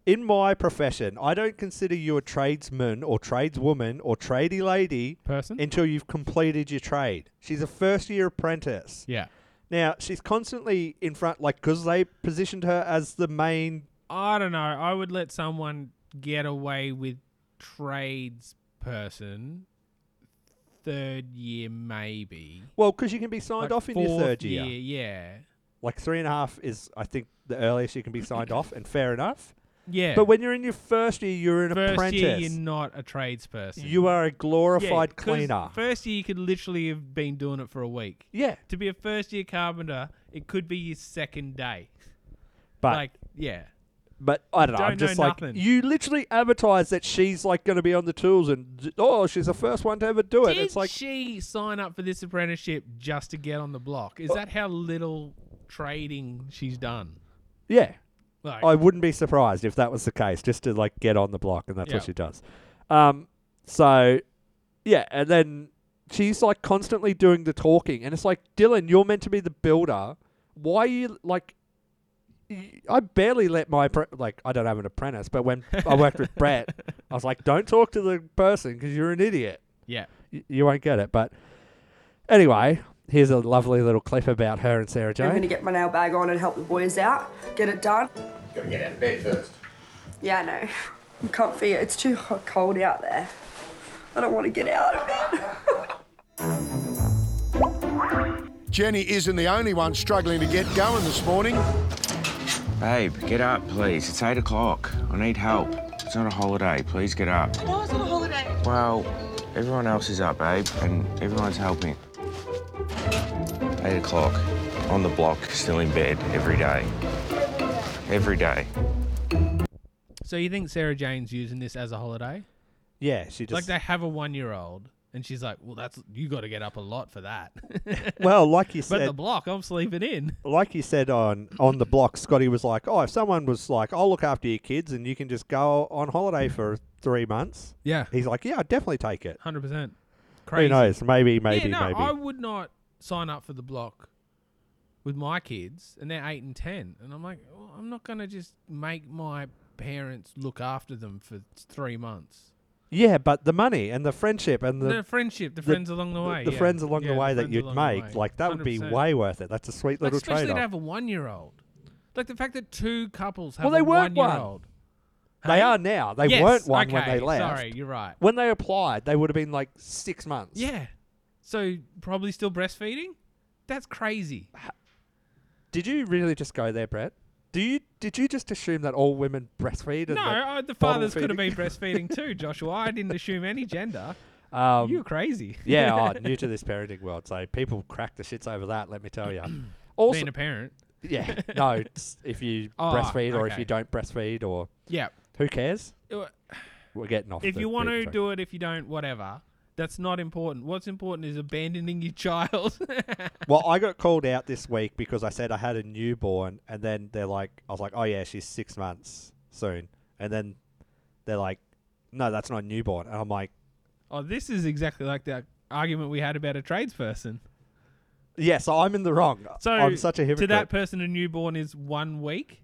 in my profession, I don't consider you a tradesman or tradeswoman or tradie lady Person? until you've completed your trade. She's a first year apprentice. Yeah. Now, she's constantly in front, like, because they positioned her as the main I don't know. I would let someone get away with tradesperson third year, maybe. Well, because you can be signed Like off in your fourth third year. Yeah. Like three and a half is, I think, the earliest you can be signed off, and fair enough. Yeah. But when you're in your first year, you're an First apprentice. year, you're not a tradesperson. You are a glorified 'cause cleaner. First year, you could literally have been doing it for a week. Yeah. To be a first year carpenter, it could be your second day. But- like, yeah. But I don't know. Don't I'm just know like nothing. you literally advertise that she's like going to be on the tools, and oh, she's the first one to ever do it. Did it's like she sign up for this apprenticeship just to get on the block? Is that how little trading she's done? Yeah. Like- I wouldn't be surprised if that was the case, just to like get on the block, and that's Yeah. what she does. Um, so yeah, and then she's like constantly doing the talking, and it's like Dylan, you're meant to be the builder. Why are you like? y- I barely let my appre- like I don't have an apprentice, but when I worked with Brett, I was like, don't talk to the person because you're an idiot. Yeah. Y- you won't get it. But anyway, here's a lovely little clip about her and Sarah I'm going to Jane. get my nail bag on and help the boys out, get it done. Gotta get out of bed first. Yeah, I know. I'm comfy. It's too hot, cold out there. I don't want to get out of bed. Jenny isn't the only one struggling to get going this morning. Babe, get up, please. It's eight o'clock. I need help. It's not a holiday. Please get up. No, it's on a holiday. Well, everyone else is up, babe, and everyone's helping. Eight o'clock. On the block, still in bed every day. Every day. So you think Sarah Jane's using this as a holiday? Yeah, she just like they have a one year old, and she's like, "Well, that's you got to get up a lot for that." Well, like you but said, the block, I'm sleeping in. like you said on on the block, Scotty was like, "Oh, if someone was like, I'll look after your kids, and you can just go on holiday for three months." Yeah. he's like, "Yeah, I'd definitely take it." Hundred percent. Crazy. Who knows? Maybe, maybe, yeah, no, maybe. I would not sign up for the block with my kids, and they're eight and ten, and I'm like, well, I'm not gonna just make my parents look after them for three months. Yeah, but the money and the friendship and the, The friendship, the friends along the way, the yeah. friends along Yeah, the the way that friends you'd along the way. make, like that would be 100%. way worth it. That's a sweet Like, little especially trade to off. have a one-year-old. Like the fact that two couples have Well, they a weren't one. one-year-old. They are now. They Yes, weren't one when okay, they left. sorry, you're right. When they applied, they would have been like six months. Yeah. So probably still breastfeeding. That's crazy. Did you really just go there, Brett? Do you did you just assume that all women breastfeed? and No, that uh, the bottle fathers could have feeding- been breastfeeding too, Joshua. I didn't assume any gender. Um, you were crazy. yeah, oh, new to this parenting world, so people crack the shits over that. Let me tell you. Also, being a parent. yeah, no, it's if you Oh, breastfeed or if okay. you don't breastfeed or Yeah. who cares? Uh, We're getting off. If the you want big to track. do it, if you don't, whatever. That's not important. What's important is abandoning your child. well, I got called out this week because I said I had a newborn, and then they're like, I was like, oh yeah, she's six months soon, and then they're like, no, that's not a newborn, and I'm like, oh, this is exactly like that argument we had about a tradesperson. yeah, so I'm in the wrong. So I'm such a hypocrite. To that person, a newborn is one week.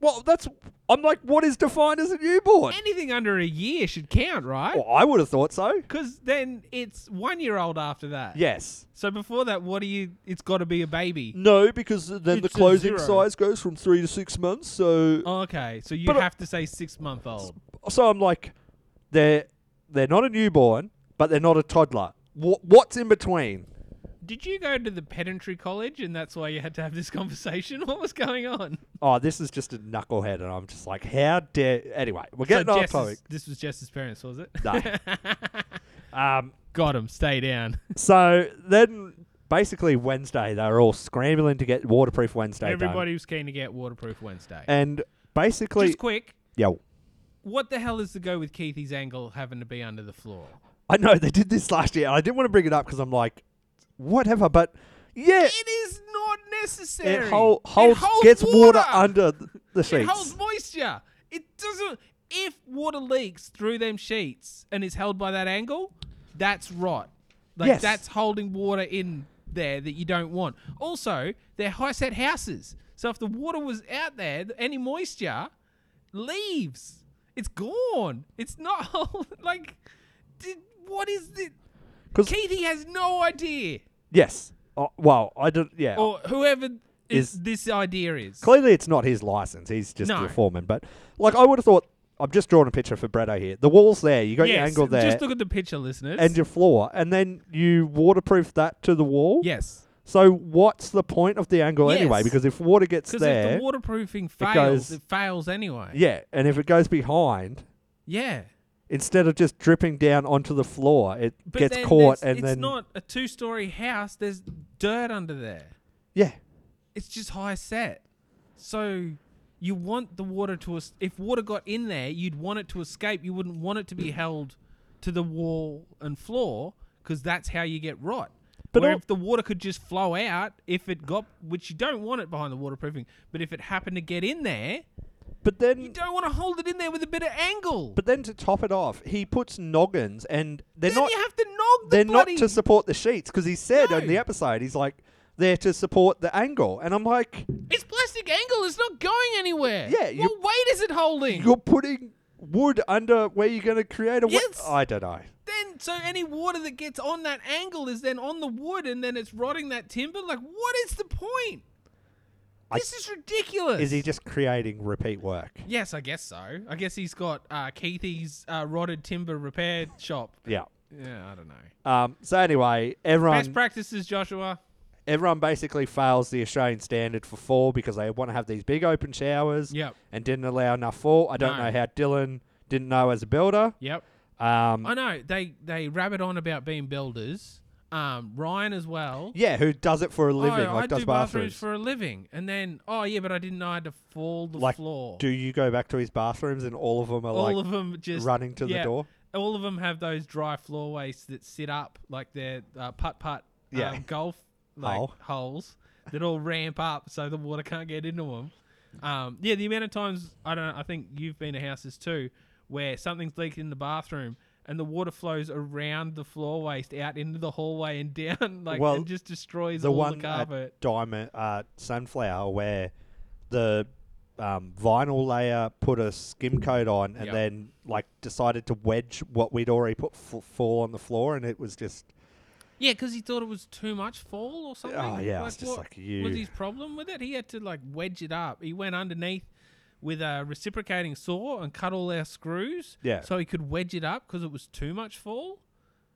well, that's I'm like, what is defined as a newborn? Anything under a year should count, right? Well, I would have thought so. Because then it's one year old after that. Yes. So before that, what do you? It's got to be a baby. No, because then It's a zero. goes from three to six months. So Oh, Okay, so you But, uh, have to say six month old. so I'm like, they're they're not a newborn, but they're not a toddler. Wha what's in between? Did you go to the pedantry college and that's why you had to have this conversation? What was going on? Oh, this is just a knucklehead, and I'm just like, how dare? Anyway, we're getting so off Jess's- topic. This was Jess's parents, was it? No. um, Got him. Stay down. So then, basically, Wednesday they were all scrambling to get waterproof Wednesday Everybody was keen to get waterproof Wednesday. done, and basically, Just quick, yeah, what the hell is the go with Keithy's angle having to be under the floor? I know they did this last year, and I didn't want to bring it up because I'm like, whatever, but yeah, It is not necessary. it, hol- holds, gets water, under th- the It sheets. holds moisture. It doesn't. If water leaks through them sheets and is held by that angle, that's rot. Like Yes. that's holding water in there that you don't want. Also, they're high set houses, so if the water was out there, th- any moisture leaves. It's gone. It's not hold- like. Did, what is it? 'Cause- Keithy has no idea, yes. Oh, well, I don't. Yeah. or whoever is, Is- this idea is. Clearly, it's not his license. He's just No. the foreman. But like, I would have thought. I'm just drawing a picture for Bretto here. The wall's there. You got your Yes, angle there. Just look at the picture, listeners. and your floor, and then you waterproof that to the wall. Yes. So what's the point of the angle anyway? Yes. Because if water gets Because if there, the waterproofing fails, it, goes- fails anyway. yeah, and if it goes behind, Yeah. instead of just dripping down onto the floor, it But gets then caught, there's- and it's then not a two story house. There's dirt under there. Yeah. It's just high set. So you want the water to. Es- if water got in there, you'd want it to escape. You wouldn't want it to be held to the wall and floor because that's how you get rot. But Where al- if the water could just flow out, if it got, which you don't want it behind the waterproofing, but if it happened to get in there, but then you don't want to hold it in there with a bit of angle. but then to top it off, he puts noggins, and they're then not you have to nog the they're not bloody- to support the sheets because he said on the No. episode he's like they're to support the angle, and I'm like It's plastic angle. It's not going anywhere. Yeah, you- What weight is it holding? you're putting wood under where you're going to create a. wa- Yes. I don't know. Then so any water that gets on that angle is then on the wood, and then it's rotting that timber. Like, what is the point? I- this is ridiculous. Is he just creating repeat work? Yes, I guess so. I guess he's got uh, Keithy's uh, rotted timber repair shop. Yeah. Yeah, I don't know. Um, so anyway, everyone Best practices, Joshua. everyone basically fails the Australian standard for fall because they want to have these big open showers. Yep. And didn't allow enough fall. I don't No. know how Dylan didn't know as a builder. Yep. Um, I know they they rabbit on about being builders. Um, Ryan as well. yeah, who does it for a living? oh, like I does do bathrooms. for a living, and then oh yeah, but I didn't know I had to fall the like, floor. do you go back to his bathrooms and all of them are all like of them just running to the yeah, door? All of them have those dry floor wastes that sit up like they're uh, putt putt Yeah. um, golf like, Hole. holes that all ramp up so the water can't get into them. Um, yeah, the amount of times I don't know, I think you've been to houses too where something's leaked in the bathroom. And the water flows around the floor waste out into the hallway and down, like Well, and just destroys the all one the carpet. At Diamond uh, Sunflower where the um, vinyl layer, put a skim coat on, and Yep. then like decided to wedge what we'd already put f- fall on the floor, and it was just Yeah, because he thought it was too much fall or something. Oh, yeah, I was just what like, you- Was his problem with it? He had to like wedge it up. He went underneath with a reciprocating saw and cut all our screws. Yeah. So he could wedge it up because it was too much fall.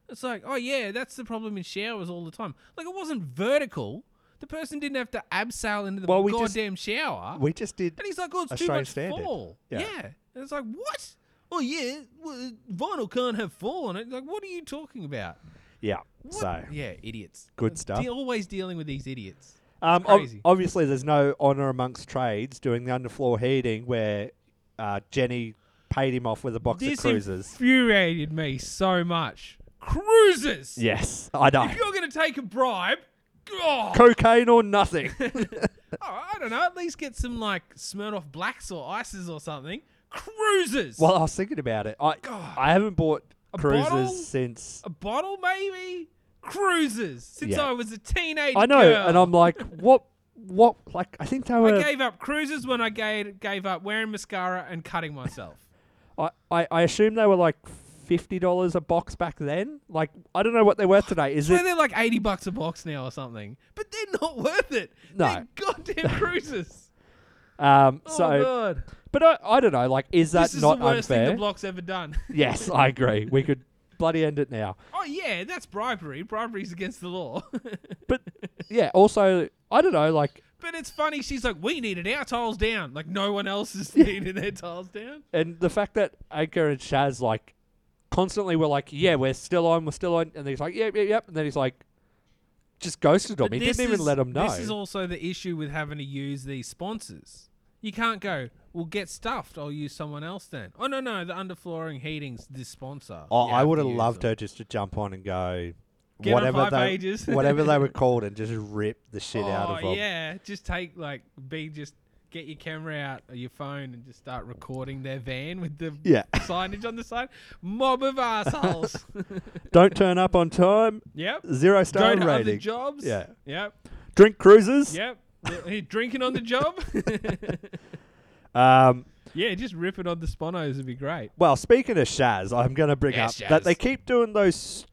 It's like, oh yeah, that's the problem in showers all the time. Like it wasn't vertical. The person didn't have to abseil into the Well, we just- goddamn shower. we just did And he's like, oh, it's too Australian much standard. fall. Yeah. Yeah. And it's like, what? Oh yeah, well, vinyl can't have fall on it. Like, what are you talking about? yeah. So Yeah, idiots. Good Uh, stuff. De- always dealing with these idiots. Um, ob- Crazy. obviously, there's no honour amongst trades doing the underfloor heating where uh, Jenny paid him off with a box this of cruisers. infuriated me so much. Cruisers. yes, I know. If you're going to take a bribe, oh, Cocaine or nothing. I don't know. At least get some like Smirnoff Blacks or ices or something. Cruisers. well, I was thinking about it. I I haven't bought cruisers bottle? since a bottle maybe. Cruisers. Since Yeah. I was a teenage I know, girl. and I'm like, what? What? Like, I think they were. I gave up cruisers when I gave gave up wearing mascara and cutting myself. I, I, I assume they were like fifty dollars a box back then. Like I don't know what they're worth today. Is Where it? they're like eighty bucks a box now or something, but they're not worth it. No. They're goddamn cruisers. Um. Oh, so, God. but I, I don't know. Like, is that this is not the worst unfair? thing the block's ever done. yes, I agree. We could bloody end it now. oh yeah, that's bribery. Bribery's against the law. Yeah. Also, I don't know. Like, but it's funny. She's like, we needed our tiles down. Like no one else is needing their tiles down. and the fact that Anchor and Shaz like constantly were like, yeah, we're still on, we're still on, and he's like, yep, yep, yep, and then he's like, just ghosted on me. He This didn't even is- let him know. This is also the issue with having to use these sponsors. You can't go. Well, get stuffed. I'll use someone else then. Oh no, no, the underflooring heating's this sponsor. Oh, You I have would to have use loved her just to jump on and go Get on whatever Five they Pages. whatever they were called and just rip the shit out of Oh them. yeah, just take like be just get your camera out or your phone and just start recording their van with the Yeah. signage on the side. Mob of assholes. Don't turn up on time. yep. Zero star Go to rating. Other jobs. Yeah. Yep. Drink cruises. Yep. He drinking on the job. Um. yeah, just rip it on the sponos would be great. Well, speaking of Shaz, I'm going to bring Yes, up that they Shaz. keep doing those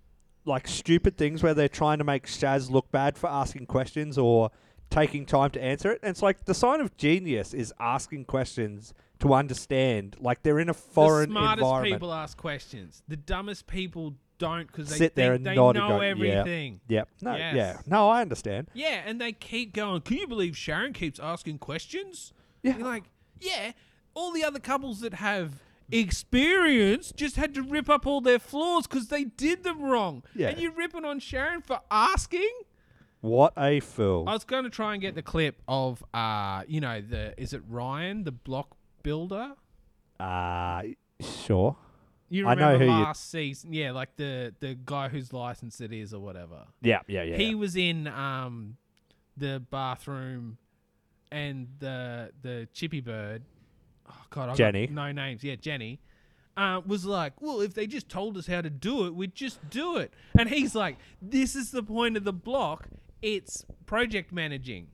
like stupid things where they're trying to make Shaz look bad for asking questions or taking time to answer it. And it's like the sign of genius is asking questions to understand. Like they're in a foreign the smartest environment. people ask questions. The dumbest people don't because they sit there think and they nod and know go, everything. Yeah, yep. No, Yes. yeah. No, I understand. Yeah, and they keep going. Can you believe Sharon keeps asking questions? Yeah, You're like yeah. All the other couples that have experience just had to rip up all their flaws because they did them wrong. Yeah. and you're ripping on Sharon for asking. What a fool. I was going to try and get the clip of uh, you know, the is it Ryan, the block builder? Uh sure. You I know remember who last season, yeah, like the the guy whose license it is or whatever. Yeah, yeah, yeah, He yeah. was in um the bathroom, and the the chippy bird. Oh God, I got Jenny. No names. Yeah, Jenny. Uh, was like, well, if they just told us how to do it, we'd just do it. And he's like, this is the point of the block. It's project managing,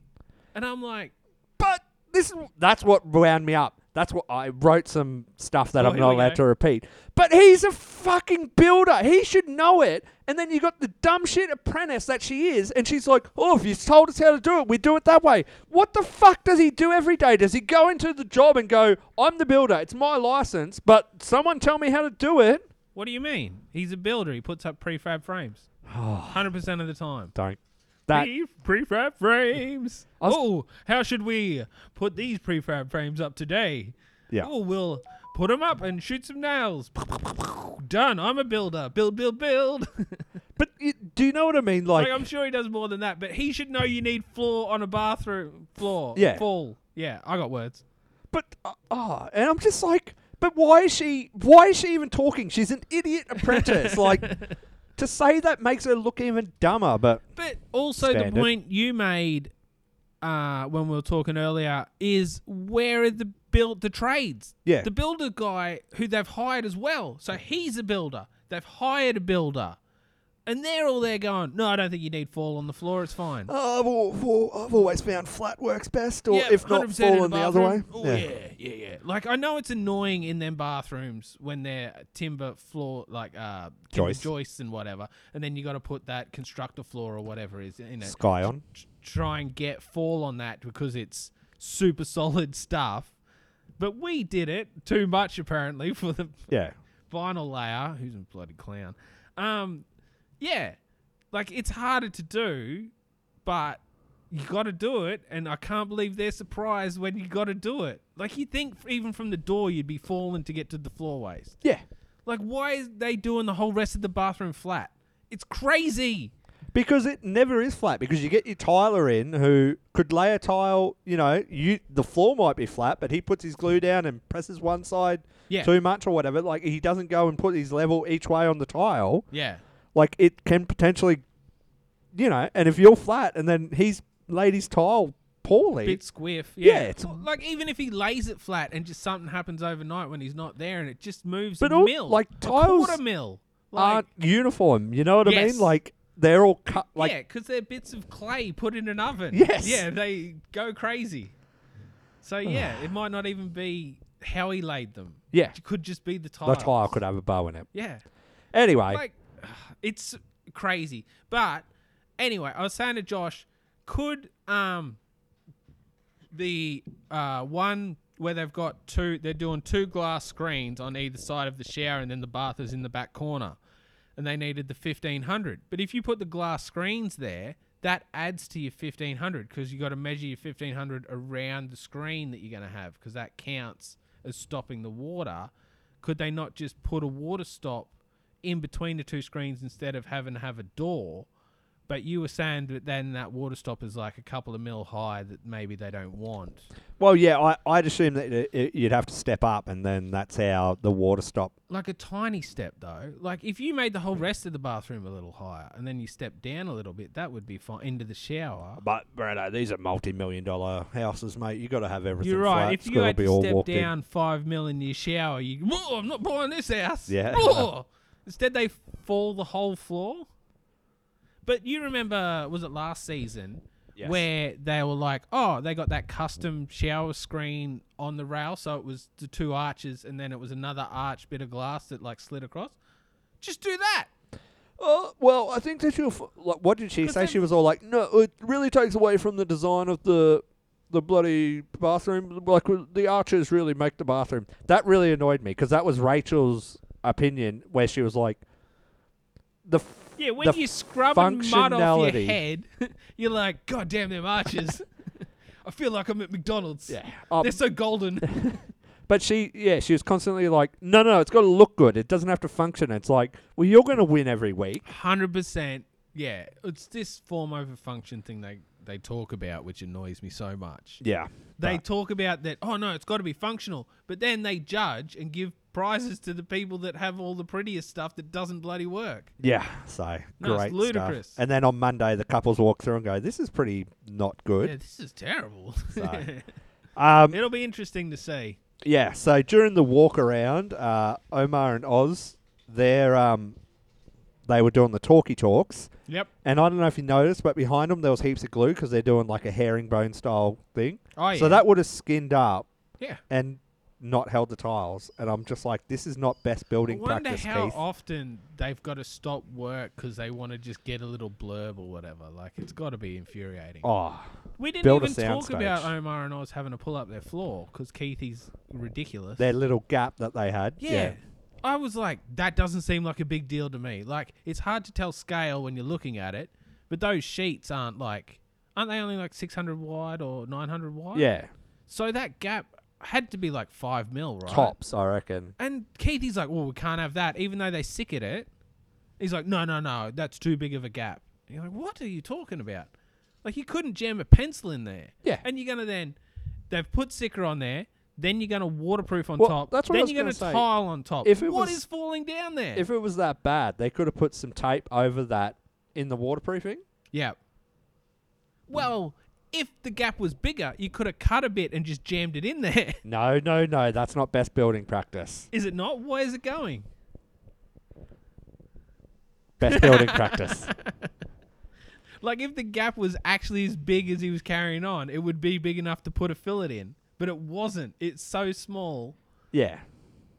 and I'm like, but this is That's what wound me up. That's what I wrote some stuff that Oh, I'm here not we allowed go. to repeat. But he's a fucking builder. He should know it. And then you got the dumb shit apprentice that she is, and she's like, "Oh, if you told us how to do it, we do it that way." What the fuck does he do every day? Does he go into the job and go, "I'm the builder. It's my license, but someone tell me how to do it." what do you mean? He's a builder. He puts up prefab frames, Oh. hundred percent of the time. Don't. That Pre- prefab frames. Oh, how should we put these prefab frames up today? Yeah. Oh, we'll put them up and shoot some nails. Done. I'm a builder. Build, build, build. but do you know what I mean? like, Like, I'm sure he does more than that, but he should know you need floor on a bathroom floor. Yeah. Fall. Yeah. I got words. Ah, and I'm just like, but why is she? Why is she even talking? She's an idiot apprentice. like, to say that makes her look even dumber. But But also Standard. the point you made uh, when we were talking earlier is where are the build the trades? Yeah. The builder guy who they've hired as well. So he's a builder. They've hired a builder. And they're all there going, no, I don't think you need fall on the floor. It's fine. Oh, I've, al- I've always found flat works best, or Yeah, if not, 100% in fallen the other way. bathroom. Oh, yeah. yeah, yeah, Like I know it's annoying in them bathrooms when they're timber floor, like uh, timber Joist. joists and whatever, and then you got to put that constructor floor or whatever is in it. Sky on. T- try and get fall on that because it's super solid stuff. But we did it too much apparently for the Yeah. vinyl layer. Who's a bloody clown? Um, yeah, like it's harder to do, but you got to do it, and I can't believe they're surprised when you got to do it. Like you think f- even from the door you'd be falling to get to the floorways. Yeah. Like why is they doing the whole rest of the bathroom flat? It's crazy. Because it never is flat. Because you get your tiler in who could lay a tile. You know, you the floor might be flat, but he puts his glue down and presses one side Yeah. too much or whatever. Like he doesn't go and put his level each way on the tile. Yeah. Like it can potentially, you know. And if you're flat and then he's laid his tile poorly, Bit squiff. Yeah, Yeah. it's- Well, like even if he lays it flat and just something happens overnight when he's not there and it just moves But a all- mil, like, a tiles quarter mil. aren't uniform. You know what I Yes. mean? Like they're all cut. Like Yeah, 'cause they're bits of clay put in an oven. Yes. Yeah, they go crazy. So yeah, it might not even be how he laid them. Yeah. it could just be the tile. the tile could have a bow in it. Yeah. Anyway. Like, it's crazy. But anyway, I was saying to Josh, could um the uh one where they've got two, they're doing two glass screens on either side of the shower, and then the bath is in the back corner, and they needed the fifteen hundred. But if you put the glass screens there. That adds to your fifteen hundred because you got to measure your fifteen hundred around the screen that you're going to have because that counts as stopping the water. Could they not just put a water stop in between the two screens instead of having to have a door. But you were saying that then that water stop is like a couple of mil high that maybe they don't want. Well, yeah, I, I'd assume that it, it, you'd have to step up, and then that's how the water stop. Like a tiny step though. Like if you made the whole rest of the bathroom a little higher and then you step down a little bit, that would be fine. Into the shower. But, Brando, these are multi-million dollar houses, mate. you got to have everything You're right. flat. If It's you gotta had be to all step walked in. down five mil in your shower, you Whoa, I'm not buying this house. Yeah. Whoa. Instead, they fall the whole floor. But you remember, was it last season Yes. where they were like, oh, they got that custom shower screen on the rail, so it was the two arches, and then it was another arch bit of glass that like slid across. Just do that. Oh well, I think that you. What did she say? She was all like, "No, it really takes away from the design of the the bloody bathroom. Like the arches really make the bathroom." That really annoyed me because that was Rachel's opinion, where she was like, "The f- Yeah, when the you're scrubbing mud off your functionality- head, you're like, God damn them arches. I feel like I'm at McDonald's. Yeah. Um, They're so golden. But she, yeah, she was constantly like, no, no, it's got to look good. It doesn't have to function. It's like, well, you're going to win every week. Hundred percent. Yeah. It's this form over function thing they, they talk about which annoys me so much. Yeah. They talk about that, oh no, it's gotta be functional. But then they judge and give prizes to the people that have all the prettiest stuff that doesn't bloody work. Yeah. So No, it's great. ludicrous. Stuff. And then on Monday, the couples walk through and go, this is pretty not good. Yeah, this is terrible. Um, It'll be interesting to see. Yeah, so during the walk around, uh, Omar and Oz, they're um, they were doing the talkie talks. Yep. And I don't know if you noticed, but behind them there was heaps of glue because they're doing like a herringbone style thing. Oh, So yeah. that would have skinned up. Yeah. And not held the tiles, and I'm just like, this is not best building wonder practice, how Keith. often they've got to stop work because they want to just get a little blurb or whatever. Like it's got to be infuriating. Oh, we didn't build a even talk soundstage. about Omar and Oz having to pull up their floor because Keithy's ridiculous. Their little gap that they had. yeah. I was like, that doesn't seem like a big deal to me. Like it's hard to tell scale when you're looking at it, but those sheets aren't like, aren't they only like 600 wide or 900 wide? Yeah. So that gap had to be like five mil, right? Tops, I reckon. And Keith, he's like, well, we can't have that, even though they sick at it. He's like, no, no, no, that's too big of a gap. And you're like, what are you talking about? Like, you couldn't jam a pencil in there. Yeah. And you're going to then, they've put sicker on there, then you're going to waterproof on Well, top, that's what I then was you're gonna to say. tile on top. If it What was- is falling down there? If it was that bad, they could have put some tape over that in the waterproofing. yeah. Well, if the gap was bigger, you could have cut a bit and just jammed it in there. No, no, no, that's not best building practice. Is it not? Where is it going? Best building practice. Like if the gap was actually as big as he was carrying on, it would be big enough to put a fillet in. But it wasn't. It's so small. Yeah.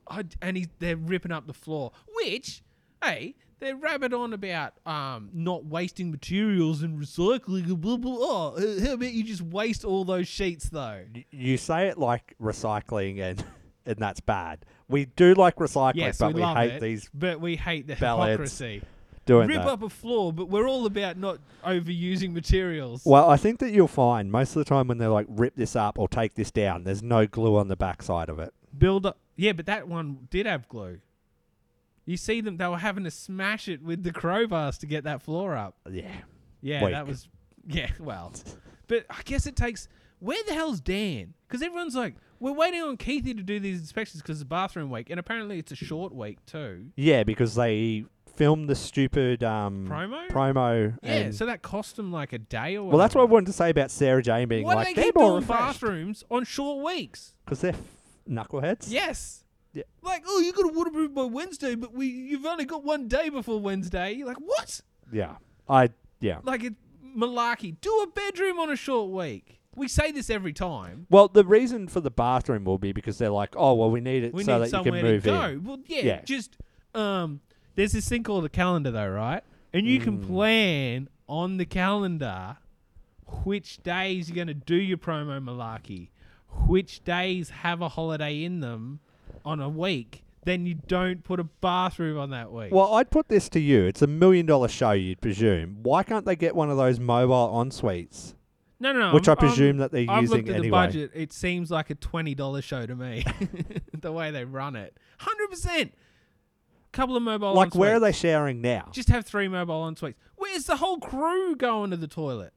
I, and he's, they're ripping up the floor, which, hey, they're rabid on about um, not wasting materials and recycling. and Blah blah. blah. Uh, How about you just waste all those sheets though? You say it like recycling and and that's bad. We do like recycling, Yes, but we, we, love hate it, these but we hate the ballads hypocrisy. doing Rip that. up a floor, but we're all about not overusing materials. Well, I think that you'll find most of the time when they're like rip this up or take this down, there's no glue on the backside of it. build up. Yeah, but that one did have glue. You see them; they were having to smash it with the crowbars to get that floor up. Yeah. Yeah, that Weak. was. Yeah, well, but I guess it takes. Where the hell's Dan? Because everyone's like, we're waiting on Keithy to do these inspections because the bathroom week, and apparently it's a short week too. Yeah, because they filmed the stupid um, Promo? Promo. Yeah, and- so that cost them like a day or. well, that's what I wanted to say about Sarah Jane being Why like do they they're keep more doing refreshed bathrooms on short weeks? because they're f- knuckleheads. Yes. Like, oh, you got to waterproof by Wednesday, but we you've only got one day before Wednesday. You're like, what? Yeah. I yeah. Like it malarkey. Do a bedroom on a short week. We say this every time. Well, the reason for the bathroom will be because they're like, oh, well, we need it We so need that you can somewhere move to go. in. Well, yeah, just um, there's this thing called a calendar, though, right? And you Mm. can plan on the calendar which days you're going to do your promo malarkey, which days have a holiday in them on a week. Then you don't put a bathroom on that week. Well, I'd put this to you. It's a million dollar show, you'd presume. Why can't they get one of those mobile en suites? No, no, no. Which I'm- I presume I'm- that they're I've using looked at anyway. the budget. It seems like a twenty dollar show to me, the way they run it. Hundred percent. Couple of mobile. like, where are they ensuites. showering now? Oh, Just have three mobile ensuites. Where's the whole crew going to the toilet?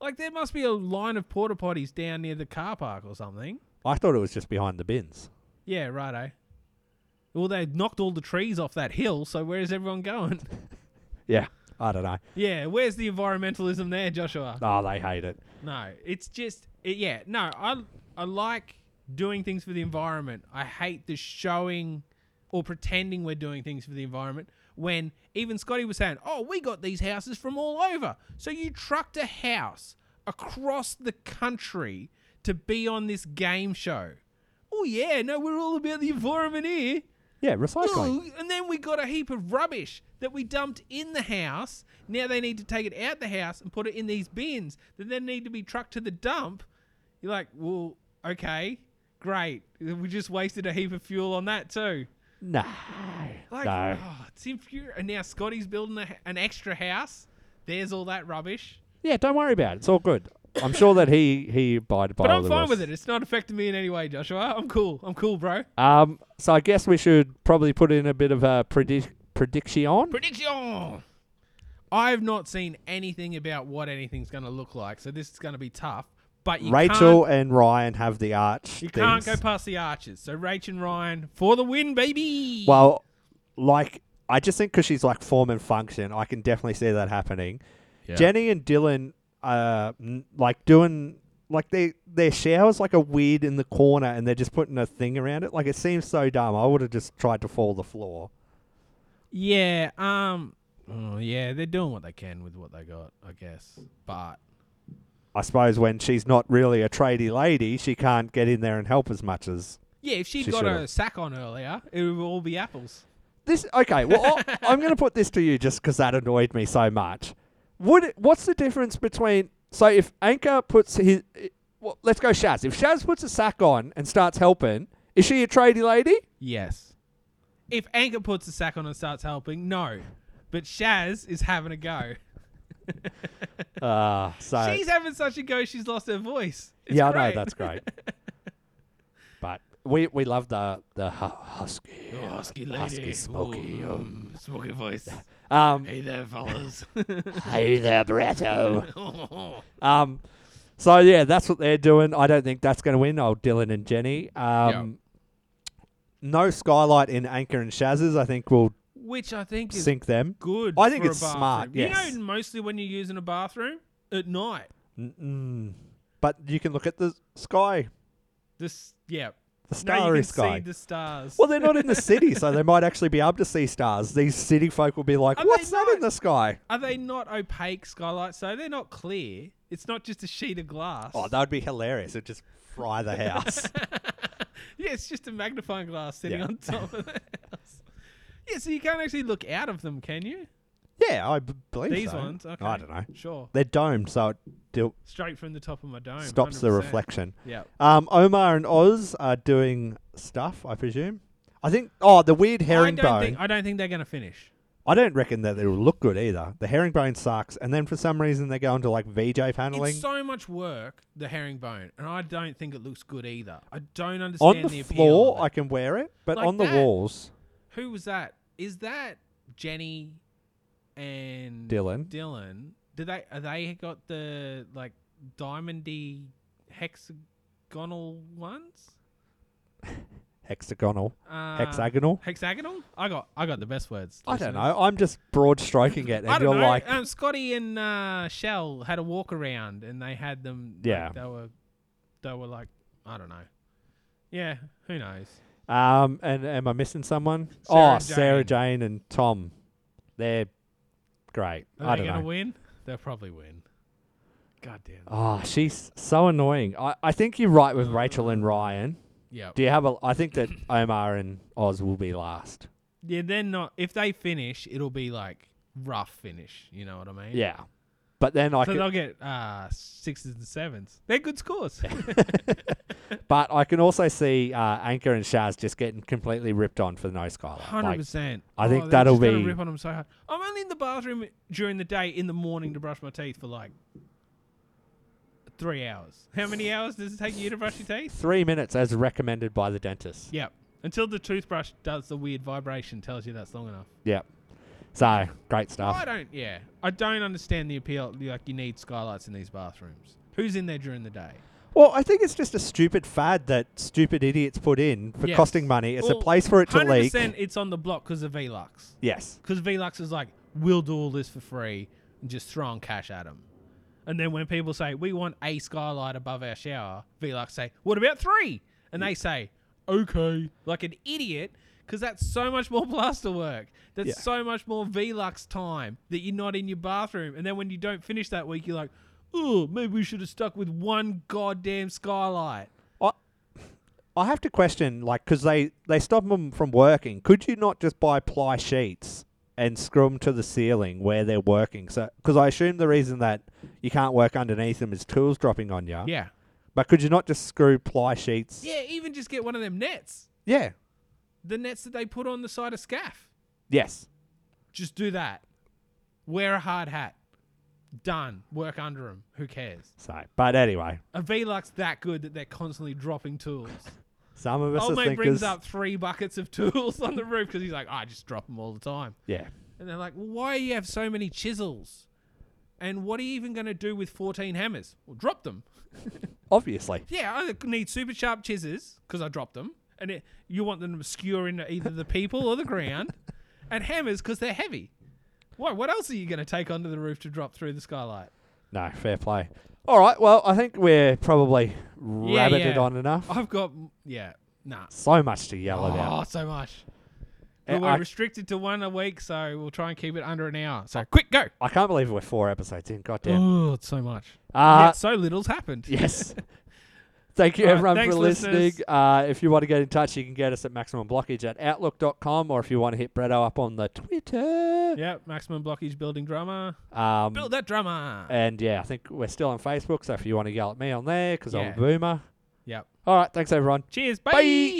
Like there must be a line of porta potties down near the car park or something. I thought it was just behind the bins. Yeah, righto. Well, they knocked all the trees off that hill, so where's everyone going? Yeah, I don't know. yeah, where's the environmentalism there, Joshua? Oh, they hate it. No, it's just it, yeah. No, I I like doing things for the environment. I hate the showing or pretending we're doing things for the environment when even Scotty was saying, "Oh, we got these houses from all over." So you trucked a house across the country to be on this game show. Oh yeah, no, we're all about the environment here. Yeah, recycling. Ooh, and then we got a heap of rubbish that we dumped in the house. Now they need to take it out the house and put it in these bins that then need to be trucked to the dump. You're like, well, okay, great. We just wasted a heap of fuel on that too. No. Like, no. oh, it's infuriating. And now Scotty's building a, an extra house. There's all that rubbish. Yeah, don't worry about it. It's all good. I'm sure that he he abided by But all I'm the fine rules. with it. It's not affecting me in any way, Joshua. I'm cool. I'm cool, bro. Um, so I guess we should probably put in a bit of a predict prediction. Prediction. I've not seen anything about what anything's going to look like, so this is going to be tough. But you Rachel can't, and Ryan have the arch. you can't go things. past the arches. So Rachel and Ryan for the win, baby. Well, like I just think because she's like form and function, I can definitely see that happening. Yeah. Jenny and Dylan, uh, n- like doing like they their showers like a weird in the corner, and they're just putting a thing around it. Like it seems so dumb. I would have just tried to fall the floor. yeah, um, oh, yeah, they're doing what they can with what they got, I guess. But I suppose when she's not really a tradie lady, she can't get in there and help as much as yeah, if she'd She got should've. a sack on earlier, it would all be apples. This okay. Well, I, I'm going to put this to you just because that annoyed me so much. Would it, what's the difference between so if Anchor puts his i- well, let's go Shaz. If Shaz puts a sack on and starts helping, is she a tradie lady? Yes. If Anchor puts a sack on and starts helping, no. But Shaz is having a go. Ah, so she's having such a go. She's lost her voice. It's yeah, I great. know that's great. but we we love the the hu- husky, Oh, husky lady. husky smoky. Ooh, um, mm, smoky voice. Um, hey there, fellas. hey there, Bretto. um, so yeah, that's what they're doing. I don't think that's going to win. Oh, Dylan and Jenny. Um, no skylight in Anchor and Shaz's. I think will Which I think is sink them. good. I think for a it's smart. bathroom. Yes. You know, mostly when you're using a bathroom at night. Mm-mm. But you can look at the sky This, yeah. The No, you starry can sky. see the stars. Well, they're not in the city, so they might actually be able to see stars. These city folk will be like, Are they "What's that in the sky?" Are they not opaque skylights? So they're not clear. It's not just a sheet of glass. Oh, that would be hilarious. It'd just fry the house. Yeah, it's just a magnifying glass sitting Yeah. on top of the house. Yeah, so you can't actually look out of them, can you? yeah, I b- believe These so. ones? Okay. I don't know. Sure. They're domed, so it do- Straight from the top of my dome. stops the 100%. reflection. Yeah. Um, Omar and Oz are doing stuff, I presume. I think. Oh, the weird I don't, herringbone. think, I don't think they're going to finish. I don't reckon that it'll look good either. The herringbone sucks, and then for some reason they go into like VJ paneling. It's so much work, the herringbone, and I don't think it looks good either. I don't understand on the, appeal. floor, I can wear it, but Like on the that. walls, Who was that? Is that Jenny and Dylan. Dylan. Do they are they got the like diamondy hexagonal ones? hexagonal, Uh, hexagonal. Hexagonal? I got I got the best words. I don't listeners. know. I'm just broad stroking it, and I you're don't know. like, um, Scotty and uh, Shell had a walk around, and they had them. like, Yeah. they were, they were like, I don't know. Yeah, who knows? um, and am I missing someone? Uh, oh, Sarah Sarah Jane and Tom, they're great. Are I they don't know. gonna win? They'll probably win. God damn. Oh, she's so annoying. I, I think you're right with Rachel and Ryan. Yep. Do you have a? I think that Omar and Oz will be last. Yeah, they're not. If they finish, it'll be like rough finish. You know what I mean? Yeah. But then I so could- they'll get uh, sixes and sevens. They're good scores. But I can also see uh, Anchor and Shaz just getting completely ripped on for the no skylight. Hundred percent. I Oh, think they're that'll just gonna be. Rip on 'em so hard. I'm only in the bathroom during the day in the morning to brush my teeth for like three hours. How many hours does it take you to brush your teeth? Three minutes as recommended by the dentist. Yep. Until the toothbrush does the weird vibration, tells you that's long enough. Yep. So great stuff. I don't. Yeah, I don't understand the appeal. Like you need skylights in these bathrooms. Who's in there during the day? Well, I think it's just a stupid fad that stupid idiots put in for Yes. costing money. It's Well, a place for it to leak. 100% It's on the block because of Velux. Yes. Because Velux is like, we'll do all this for free and just throwing cash at them. And then when people say, we want a skylight above our shower, Velux say, what about three? And they say, okay, like an idiot, because that's so much more plaster work. That's Yeah. so much more Velux time that you're not in your bathroom. And then when you don't finish that week, you're like, oh, maybe we should have stuck with one goddamn skylight. I have to question, like, because they they stop them from working. Could you not just buy ply sheets and screw them to the ceiling where they're working? So, because I assume the reason that you can't work underneath them is tools dropping on you. Yeah. But could you not just screw ply sheets? Yeah, even just get one of them nets. Yeah. the nets that they put on the side of scaff. Yes. Just do that. Wear a hard hat. Done. Work under them. Who cares? So, but anyway, A Velux that good that they're constantly dropping tools. some of us Old are mate thinkers. brings up three buckets of tools on the roof because he's like, I just drop them all the time. Yeah. And they're like, well, why do you have so many chisels? And what are you even going to do with 14 hammers? Well, drop them. Obviously. Yeah, I need super sharp chisels because I dropped them, and it, you want them obscure in either the people or the ground, and hammers because they're heavy. What? What else are you going to take onto the roof to drop through the skylight? No, fair play. All right. Well, I think we're probably rabbited yeah. on enough. I've got yeah, nah. So much to yell Oh, about. so much. Uh, Well, we're I- restricted to one a week, so we'll try and keep it under an hour. So quick, go. I can't believe we're four episodes in. God damn. Oh, it's so much. Uh, Yet so little's happened. Yes. Thank you, All right, everyone, thanks, for listening. listeners. Uh, if you want to get in touch, you can get us at maximumblockage at outlook.com, or if you want to hit Bretto up on the Twitter. Yep, maximum blockage building drama. Um, Build that drama. And yeah, I think we're still on Facebook, so if you want to yell at me on there, because I'm Yeah. a boomer. Yep. All right. Thanks, everyone. Cheers. Bye. Bye.